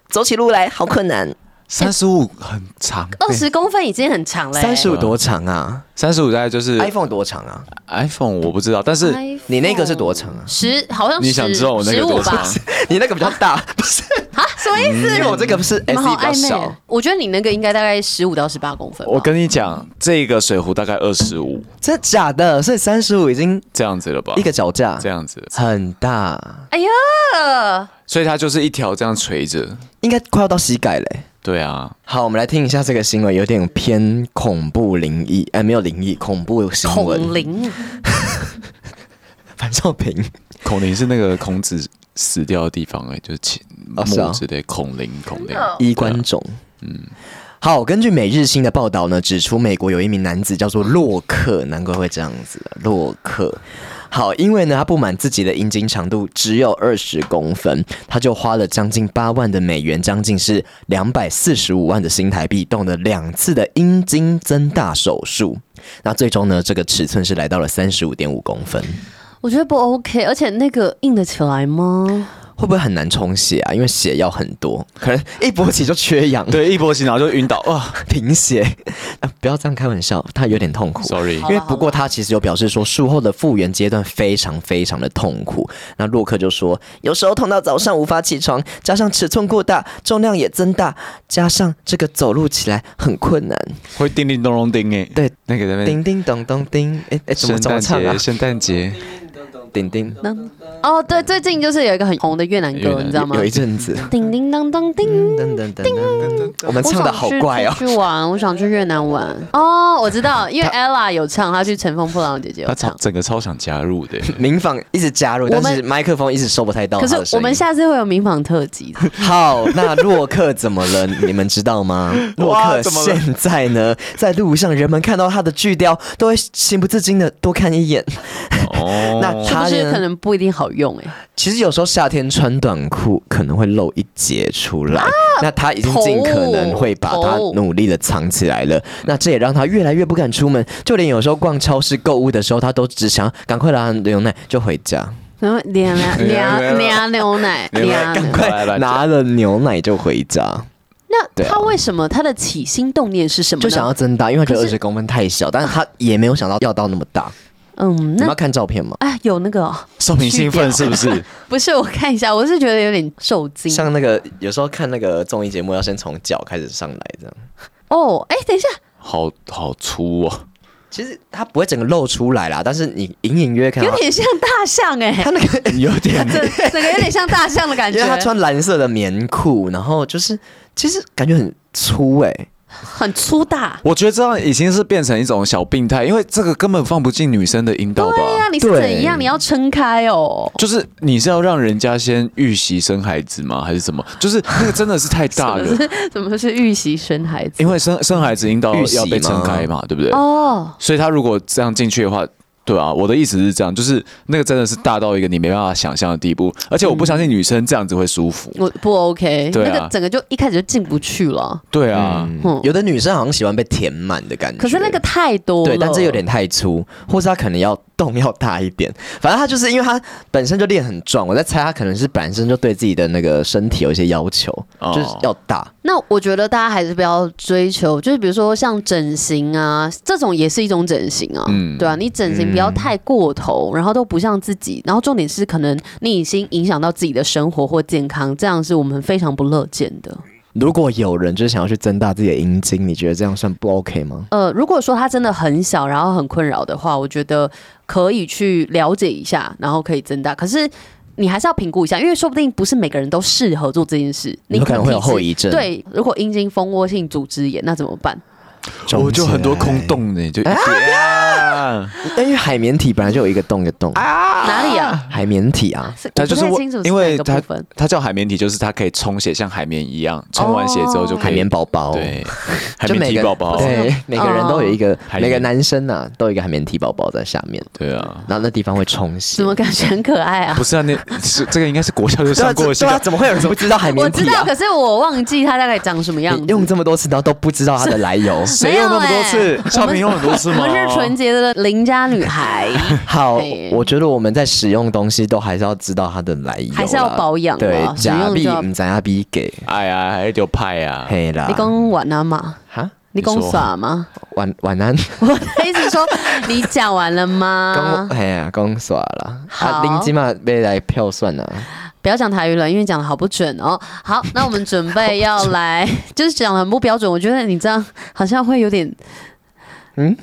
Speaker 3: 走起路来好困难。
Speaker 2: 三十五很长，
Speaker 1: 二十公分已经很长了、欸，
Speaker 3: 三十五多长啊
Speaker 2: 三十五大概就是
Speaker 3: ？iPhone 多长啊？
Speaker 2: iPhone 我不知道，但是
Speaker 1: iPhone
Speaker 3: 你那个是多长啊？
Speaker 1: 十，好像
Speaker 2: 你想知道我那
Speaker 1: 十
Speaker 2: 个
Speaker 1: 五
Speaker 2: 多
Speaker 1: 吧
Speaker 2: 长？？
Speaker 3: 你那个比较大，不是？
Speaker 1: 啊，什么意思？
Speaker 3: 因为我这个不是嗯
Speaker 1: 你
Speaker 3: S E
Speaker 1: 们好
Speaker 3: 比较
Speaker 1: 暧昧
Speaker 3: 少
Speaker 1: 哦。，我觉得你那个应该大概十五到十八公分吧。
Speaker 2: 我跟你讲，这个水壶大概二十五
Speaker 3: 真的假的？所以三十五已经
Speaker 2: 这样子了吧？
Speaker 3: 一个脚架，
Speaker 2: 啊这样子，
Speaker 3: 很大，
Speaker 1: 哎呀，
Speaker 2: 所以它就是一条这样垂着。
Speaker 3: 应该快要到膝盖嘞、
Speaker 2: 对啊，
Speaker 3: 好，我们来听一下这个新闻，有点偏恐怖灵异，哎，没有灵异，恐怖新闻。
Speaker 1: 孔玲，
Speaker 3: 樊少平，
Speaker 2: 孔林是那个孔子死掉的地方哎、就是秦
Speaker 3: 哦是啊
Speaker 2: 墓之类，孔林孔林。
Speaker 1: 哦
Speaker 3: 衣冠冢。嗯，好，根据《每日新》的报道呢，指出美国有一名男子叫做洛克，难怪会这样子，洛克。好，因为呢，他不满自己的阴茎长度只有二十公分，他就花了将近八万的美元，将近是两百四十五万的新台币，动了两次的阴茎增大手术。那最终呢，这个尺寸是来到了三十五点五公分，
Speaker 1: 我觉得不 OK，而且那个硬得起来吗？
Speaker 3: 会不会很难充血啊？因为血要很多，可能一勃起就缺氧。
Speaker 2: 对，一勃起然后就晕倒 哇
Speaker 3: 贫血、啊，不要这样开玩笑，他有点痛苦。
Speaker 2: ，sorry，
Speaker 1: 好
Speaker 3: 因
Speaker 1: 了
Speaker 3: 为不过他其实有表示说，术后的复原阶段非常非常的痛苦。那洛克就说，有时候痛到早上无法起床，加上尺寸过大，重量也增大，加上这个走路起来很困难。
Speaker 2: 会叮叮咚咚叮哎、
Speaker 3: 对，
Speaker 2: 那个在那边
Speaker 3: 叮叮咚咚叮，哎哎，怎么
Speaker 2: 圣
Speaker 3: 怎么
Speaker 2: 诞
Speaker 3: 唱啊
Speaker 2: 节，？圣诞节，
Speaker 3: 叮叮，
Speaker 1: 哦，对，最近就是有一个很红的越南
Speaker 2: 越
Speaker 1: 歌，
Speaker 2: 南
Speaker 1: 你知道吗
Speaker 3: 有？一阵子，
Speaker 1: 叮叮当当叮。
Speaker 3: 噔噔噔噔，我们
Speaker 1: 我
Speaker 3: 唱
Speaker 1: 想
Speaker 3: 的好
Speaker 1: 去
Speaker 3: 怪哦
Speaker 1: 出。去玩，我想去越南玩。哦，我知道，因为 ella 有唱，她去乘风破浪的姐姐有
Speaker 2: 他超
Speaker 1: 唱。
Speaker 2: 整个超想加入的、欸
Speaker 3: 民访一直加入，
Speaker 1: 我
Speaker 3: 但
Speaker 1: 们
Speaker 3: 是麦克风一直收不太到
Speaker 1: 可
Speaker 3: 他哦的声音。
Speaker 1: 是我们下次会有民访特辑的，
Speaker 3: 好，那洛克怎么了？你们知道 吗？洛克
Speaker 2: 怎么了
Speaker 3: 现在呢，在路上，人们看到他的巨雕，都会情不自禁的多看一眼。
Speaker 2: 哦，
Speaker 3: 那
Speaker 1: 是
Speaker 3: 他
Speaker 1: 不是可
Speaker 3: 呢？
Speaker 1: 能不一定好用？哎，
Speaker 3: 其实有时候夏天穿短裤可能会露一截出
Speaker 2: 啊
Speaker 3: 来，那他已经尽可能会把它
Speaker 1: 头
Speaker 3: 努力的藏起来了。那这也让他越来越不敢出门，就连有时候逛超市购物的时候，他都只想赶快拿牛奶就回家，
Speaker 1: 然后啊凉 凉
Speaker 3: 啊
Speaker 1: 凉凉牛奶，啊凉牛
Speaker 2: 赶
Speaker 1: 奶。
Speaker 2: 快来
Speaker 3: 拿了牛奶就回家，
Speaker 1: 那
Speaker 3: 对啊
Speaker 1: 他为什么他的起心动念是什么呢？
Speaker 3: 就想要增大，因为觉得
Speaker 1: 嗯可
Speaker 3: 二
Speaker 1: 是
Speaker 3: 十公分太小，但是他也没有想到要到那么大。
Speaker 1: 嗯，
Speaker 3: 你们
Speaker 1: 那
Speaker 3: 要看照片吗？
Speaker 1: 哎有那个哦
Speaker 2: 少平兴奋是不是？
Speaker 1: 不是我看一下，我是觉得有点受惊
Speaker 3: 像那个有时候看那个综艺节目，要先从脚开始上来，这样。
Speaker 1: 哦。哎，等一下，
Speaker 2: 好好粗哦，
Speaker 3: 其实它不会整个露出来啦，但是你隐隐约约看到
Speaker 1: 有点像大象哎
Speaker 3: 它，那个，
Speaker 2: 有点
Speaker 1: 整整个有点像大象的感
Speaker 3: 因
Speaker 1: 觉
Speaker 3: 为，他穿蓝色的棉裤，然后就是其实感觉很粗哎、
Speaker 1: 很粗大。
Speaker 2: 我觉得这样已经是变成一种小病态，因为这个根本放不进女生的阴道
Speaker 1: 对哎呀、
Speaker 2: 吧。
Speaker 1: 你是
Speaker 3: 对
Speaker 1: 怎样？你要撑开哦。
Speaker 2: 就是你是要让人家先预习生孩子吗？还是什么？就是那个真的是太大 了，
Speaker 1: 怎么是预习生孩子
Speaker 3: 哎
Speaker 2: 因？为生生孩子阴道
Speaker 3: 预习
Speaker 2: 要被撑开嘛，对不对？
Speaker 1: 哦，
Speaker 2: 所以他如果这样进去的话，对啊，我的意思是这样，就是那个真的是大到一个你没办法想象的地步，而且我不相信女生这样子会舒服。
Speaker 1: 我不 OK，、
Speaker 2: 对啊
Speaker 1: 那个整个就一开始就进不去了。
Speaker 2: 对啊，
Speaker 1: 嗯
Speaker 3: 有的女生好像喜欢被填满的感觉。
Speaker 1: 可是那个太多了，
Speaker 3: 对，但这有点太粗，或是他可能要洞要大一点。反正他就是因为他本身就练很壮，我在猜他可能是本身就对自己的那个身体有一些要求，
Speaker 2: 哦
Speaker 3: 就是要大。
Speaker 1: 那我觉得大家还是不要追求，就是比如说像整形啊，这种也是一种整形啊，
Speaker 2: 嗯
Speaker 1: 对啊，你整形不要太过头，然后都不像自
Speaker 3: 嗯
Speaker 1: 己，然后重点是可能你已经影响到自己的生活或健康，这样是我们非常不乐见的。
Speaker 3: 如果有人就是想要去增大自己的阴茎，你觉得这样算不 OK 吗？
Speaker 1: 呃，如果说他真的很小，然后很困扰的话，我觉得可以去了解一下，然后可以增大。可是你还是要评估一下，因为说不定不是每个人都适合做这件事，你
Speaker 3: 有可能会有后遗症
Speaker 1: 对，如果阴茎蜂窝性组织炎，那怎么办？
Speaker 2: 我就很多空，洞
Speaker 1: 哎
Speaker 2: 呢，就一堆啊，
Speaker 3: 哎因为海绵体本来就有一个洞一个 洞啊，
Speaker 1: 哪里啊？
Speaker 3: 海绵体啊，
Speaker 1: 是
Speaker 2: 它
Speaker 1: 我不
Speaker 2: 就是
Speaker 1: 太
Speaker 2: 我
Speaker 1: 清楚是
Speaker 2: 因
Speaker 1: 哪
Speaker 2: 为
Speaker 1: 个
Speaker 2: 它
Speaker 1: 部分。
Speaker 2: 它叫海绵体，就是它可以充血，像海绵一样，充完血之后就
Speaker 1: 哦
Speaker 2: 可以
Speaker 3: 海绵宝宝，
Speaker 2: 对，海
Speaker 3: 就
Speaker 2: 绵
Speaker 3: 每
Speaker 2: 体
Speaker 3: 个
Speaker 2: 宝宝，
Speaker 3: 对，每个
Speaker 1: 哦
Speaker 3: 人都有一个，
Speaker 2: 海绵
Speaker 3: 每个男生呐、啊、都有一个海绵体宝宝在下面，
Speaker 2: 对啊，
Speaker 3: 然后那地方会充血。
Speaker 1: 怎么感觉很可爱啊
Speaker 2: 不？是啊，那是这个应该是国校就
Speaker 3: 对啊
Speaker 2: 上过的
Speaker 3: 对
Speaker 2: 新
Speaker 3: 啊，
Speaker 2: 闻，
Speaker 3: 怎么会有人不知道海
Speaker 1: 我
Speaker 3: 绵
Speaker 1: 知
Speaker 3: 体
Speaker 1: 道，
Speaker 3: 啊？
Speaker 1: 可是我忘记它大概长什么样
Speaker 3: 你
Speaker 1: 子。
Speaker 3: 用这么多次，然后都不知道它的来 由。
Speaker 2: 谁用那么
Speaker 1: 没有
Speaker 2: 多
Speaker 1: 欸
Speaker 2: 次？少平用很多次
Speaker 1: 我
Speaker 2: 吗？
Speaker 1: 们是纯洁的邻家女孩，
Speaker 3: 好
Speaker 1: 对，
Speaker 3: 我觉得我们在使用东西都还是要知道它的来由啦，
Speaker 1: 还是要保养啊
Speaker 3: 对，
Speaker 1: 使用
Speaker 3: 假
Speaker 1: 就
Speaker 3: 币
Speaker 1: 要
Speaker 3: 唔知阿币给，
Speaker 2: 哎呀，还丢派啊！
Speaker 3: 嘿啦
Speaker 1: 你。讲完了吗？
Speaker 3: 哈，
Speaker 1: 你讲
Speaker 2: 你说
Speaker 1: 啥吗？
Speaker 3: 晚晚安，
Speaker 1: 我的意思说，你讲完了吗
Speaker 3: 公？嘿呀，公耍啦，
Speaker 1: 啊好
Speaker 3: 啊，林芝麻要来票算啊啦，
Speaker 1: 不要讲台语了，因为讲的好不准哦。好，那我们准备要来，就是讲的很不标准，我觉得你这样好像会有点，嗯，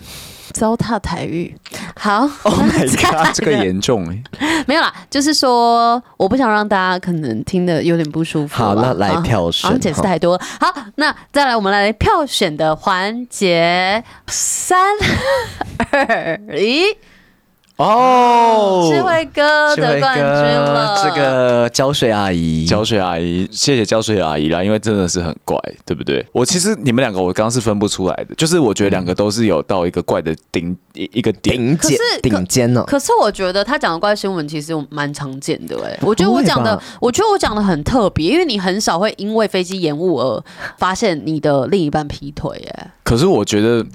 Speaker 1: 糟蹋台语。好
Speaker 3: Oh my god，
Speaker 2: 这个严重哎，
Speaker 1: 没有啦，就是说我不想让大家可能听的有点不舒服啦。
Speaker 3: 好那来
Speaker 1: 啊
Speaker 3: 票选
Speaker 1: 好像解释
Speaker 3: 哈
Speaker 1: 太多了。好，那再来我们来票选的环节，三二一，
Speaker 3: 哦
Speaker 1: 智慧哥得冠军了。
Speaker 3: 这个浇水阿姨，
Speaker 2: 浇水阿姨，谢谢浇水阿姨啦，因为真的是很怪，对不对？我其实你们两个，我刚刚是分不出来的，就是我觉得两个都是有到一个怪的顶一一个点，
Speaker 3: 顶尖
Speaker 1: 可是
Speaker 3: 顶尖哦呢，
Speaker 1: 可是我觉得他讲的怪新闻其实蛮常见的哎、我觉得我讲的
Speaker 3: 不会，
Speaker 1: 我觉得我讲的很特别，因为你很少会因为飞机延误而发现你的另一半劈腿哎、
Speaker 3: 嗯
Speaker 2: 可是我觉得。嗯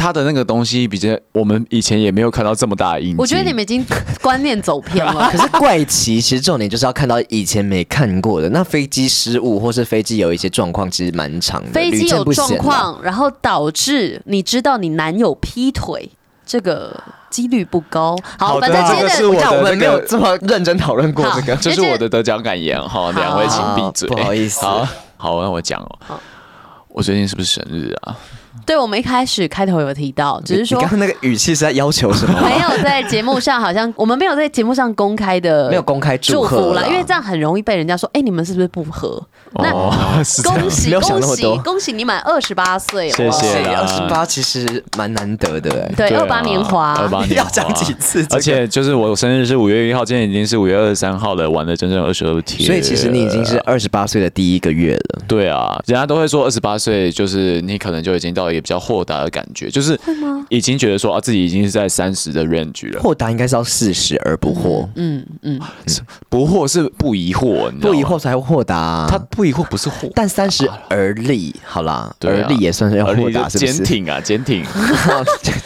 Speaker 2: 他的那个东西比较，我们以前也没有看到这么大的印记。
Speaker 1: 我觉得 你们已经观念走偏了
Speaker 3: 可。是怪奇，其实重点就是要看到以前没看过的。那飞机失误，或是飞机有一些状况，其实蛮长的，
Speaker 1: 飞
Speaker 3: 屡
Speaker 1: 机
Speaker 3: 见
Speaker 1: 有
Speaker 3: 不鲜啊
Speaker 1: 状
Speaker 2: 啊
Speaker 3: 啦。
Speaker 1: 况，然后导致你知道你男友劈腿，这个几率不高。好，
Speaker 2: 好的
Speaker 1: 反正接
Speaker 2: 这个是
Speaker 1: 着
Speaker 2: 我
Speaker 3: 我看
Speaker 2: 的
Speaker 3: 我们没
Speaker 2: 那个
Speaker 3: 有这么认真讨论过
Speaker 1: 好
Speaker 3: 这个。
Speaker 2: 这是我的得奖感言哈，两位请闭嘴。
Speaker 3: 好不好意思
Speaker 2: 好，好，让我讲哦。我最近是不是生日啊？
Speaker 1: 对我们一开始开头有提到，只是说
Speaker 3: 你刚刚那个语气是在要求什么？
Speaker 1: 没有在节目上，好像我们没有在节目上公开的，
Speaker 3: 没有公开祝
Speaker 1: 祝
Speaker 3: 贺
Speaker 1: 福啦，
Speaker 3: 啦
Speaker 1: 因为这样很容易被人家说，哎、你们是不是不和？那、
Speaker 2: 哦， 是这样
Speaker 1: 恭。喜
Speaker 3: 没有想
Speaker 1: 恭
Speaker 3: 那么
Speaker 1: 喜
Speaker 3: 多
Speaker 1: 恭喜你满二十八岁了，
Speaker 2: 谢谢啦
Speaker 3: 二十八其实蛮难得的哎。
Speaker 1: 对，
Speaker 2: 啊
Speaker 1: 二八年华，
Speaker 2: 二八年华
Speaker 3: 要讲几次这个
Speaker 2: 而且就是我生日是五月一号，今天已经是五月二十三号了，玩了整整二十二天。
Speaker 3: 所以其实你已经是二十八岁的第一个月了。
Speaker 2: 对啊，人家都会说二十八岁就是你可能就已经到一个比较豁达的感觉，就是已经觉得说啊自己已经是在三十的 range 了，
Speaker 3: 豁达应该是要四十而不惑，
Speaker 1: 嗯嗯，
Speaker 2: 不惑是不疑惑，你知道
Speaker 3: 不
Speaker 2: 吗
Speaker 3: 疑惑，才会豁达啊。
Speaker 2: 他不疑惑不是惑，
Speaker 3: 但三十而立，好啦，
Speaker 2: 对
Speaker 3: 而
Speaker 2: 啊
Speaker 3: 立也算是要
Speaker 2: 而
Speaker 3: 豁
Speaker 2: 且
Speaker 3: 达，是不
Speaker 2: 坚
Speaker 3: 是？
Speaker 2: 挺啊，坚挺。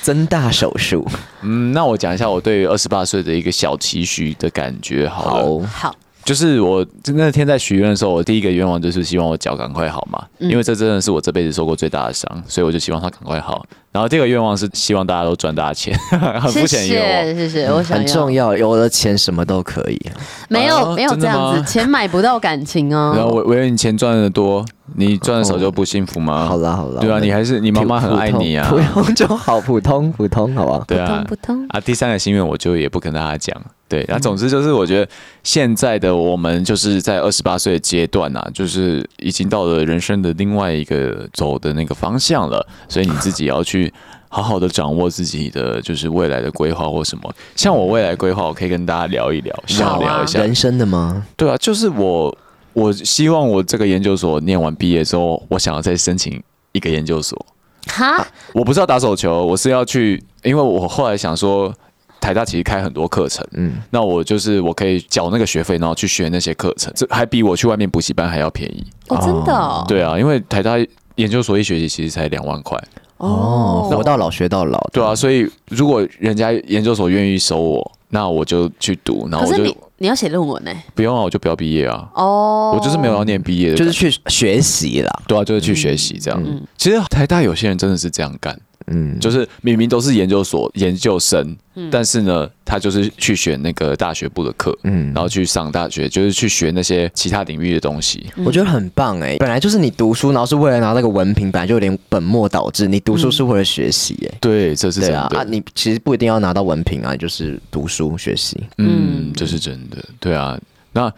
Speaker 3: 增大手术，
Speaker 2: 嗯，那我讲一下我对于二十八岁的一个小期许的感觉好了。
Speaker 3: 好哦
Speaker 1: 好，
Speaker 2: 就是我那天在许愿的时候，我第一个愿望就是希望我脚赶快好嘛，
Speaker 1: 嗯
Speaker 2: 因为这真的是我这辈子受过最大的伤，所以我就希望它赶快好。然后第二个愿望是希望大家都赚大钱， 很
Speaker 1: 谢
Speaker 2: 肤浅的愿望。
Speaker 1: 谢谢谢，我想
Speaker 3: 很
Speaker 1: 要
Speaker 3: 重要，有了钱什么都可以。
Speaker 1: 没有
Speaker 2: 啊
Speaker 1: 没有
Speaker 2: 真
Speaker 1: 这
Speaker 2: 的
Speaker 1: 样
Speaker 2: 吗
Speaker 1: 子，钱买不到感情
Speaker 2: 然后
Speaker 1: 哦。
Speaker 2: 我我以为你钱赚的多，你赚的少就不幸福吗？
Speaker 3: 好啦好啦，
Speaker 2: 对
Speaker 3: 我
Speaker 2: 啊，
Speaker 3: 们
Speaker 2: 你还是你妈妈很爱你啊
Speaker 3: 普。普通就好，普通普通，好吧。
Speaker 2: 对啊
Speaker 1: 通，不通，
Speaker 2: 啊，第三个心愿我就也不跟大家讲。对，然后总之就是，我觉得现在的我们就是在二十八岁的阶段啊，就是已经到了人生的另外一个走的那个方向了，所以你自己要去好好的掌握自己的就是未来的规划或什么。像我未来规划，我可以跟大家聊一聊，
Speaker 1: 啊
Speaker 2: 小聊一下。
Speaker 3: 人生的吗？
Speaker 2: 对啊，就是我我希望我这个研究所念完毕业之后，我想要再申请一个研究所。
Speaker 1: 哈，
Speaker 2: 我不是要打手球，我是要去，因为我后来想说，台大其实开很多课程，
Speaker 3: 嗯，
Speaker 2: 那我就是我可以缴那个学费，然后去学那些课程，这还比我去外面补习班还要便宜。
Speaker 1: 哦，真的哦，
Speaker 2: 对啊，因为台大研究所一学期其实才两万块，
Speaker 3: 哦，活到老学到老。
Speaker 2: 对啊，所以如果人家研究所愿意收我，那我就去读，然后
Speaker 1: 可
Speaker 2: 我
Speaker 1: 是
Speaker 2: 就
Speaker 1: 你你要写论文呢，
Speaker 2: 不用啊，我就不要毕业啊，
Speaker 1: 哦，
Speaker 2: 我就是没有要念毕业的，
Speaker 3: 就是去学习啦。
Speaker 1: 嗯
Speaker 2: 对啊，就是去学习这样。其实台大有些人真的是这样干，嗯，就是明明都是研究所研究生，
Speaker 1: 嗯
Speaker 2: 但是呢，他就是去选那个大学部的课，嗯，然后去上大学，就是去学那些其他领域的东西。
Speaker 1: 嗯
Speaker 3: 我觉得很棒哎、本来就是你读书，然后是为了拿那个文凭，本来就有点本末倒置。你读书是为了学习哎、
Speaker 2: 嗯对，这是真
Speaker 3: 对
Speaker 2: 的，
Speaker 3: 啊，啊，你其实不一定要拿到文凭啊，就是读书学习。
Speaker 2: 嗯，这是真的，对啊，那。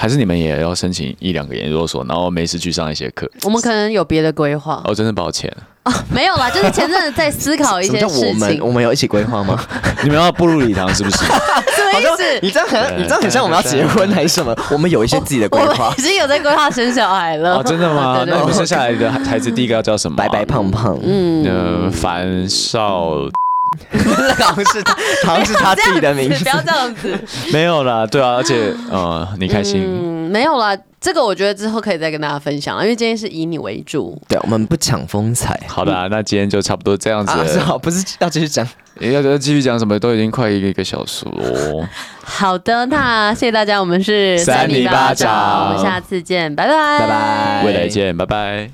Speaker 2: 还是你们也要申请一两个研究所，然后没事去上一些课。
Speaker 1: 我们可能有别的规划
Speaker 2: 哦，真的抱歉，
Speaker 1: 没有啦，就是前阵子在思考一
Speaker 3: 什么
Speaker 1: 些
Speaker 3: 叫我
Speaker 1: 事
Speaker 3: 们？
Speaker 1: 情，
Speaker 3: 我们有一起规 划吗？
Speaker 2: 你们要步入礼堂是不是？
Speaker 1: 什么意思？
Speaker 3: 你这样很，你这样很像我们要结婚还是什么？我们有一些自己的规
Speaker 1: 哦我们
Speaker 3: 划
Speaker 1: 已。经有在规划生小孩了。
Speaker 2: 哦，真的吗？
Speaker 1: 对对
Speaker 2: 那你们
Speaker 1: 对
Speaker 2: 生下来的孩子第一个要叫什么 啊？
Speaker 3: 白白胖胖，
Speaker 1: 嗯
Speaker 2: 呃，樊少
Speaker 3: 好像是他，好像是他自己的名字
Speaker 1: 不。 要这样子。
Speaker 2: 没有啦，对啊，而且呃，你嗯开心，
Speaker 1: 嗯，没有啦，这个我觉得之后可以再跟大家分享啦，因为今天是以你为主。
Speaker 3: 对，我们不抢风采。
Speaker 2: 好的啊，那今天就差不多这样子
Speaker 3: 啊，是好，不是要继续讲。
Speaker 2: 要要继续讲什么？都已经快一个一个小时喽，
Speaker 1: 好的，那谢谢大家，我们是
Speaker 2: 三
Speaker 1: 米
Speaker 2: 米巴
Speaker 1: 掌
Speaker 2: 掌
Speaker 1: 我们下次见，拜拜，
Speaker 3: 拜拜
Speaker 2: 未来见，拜拜。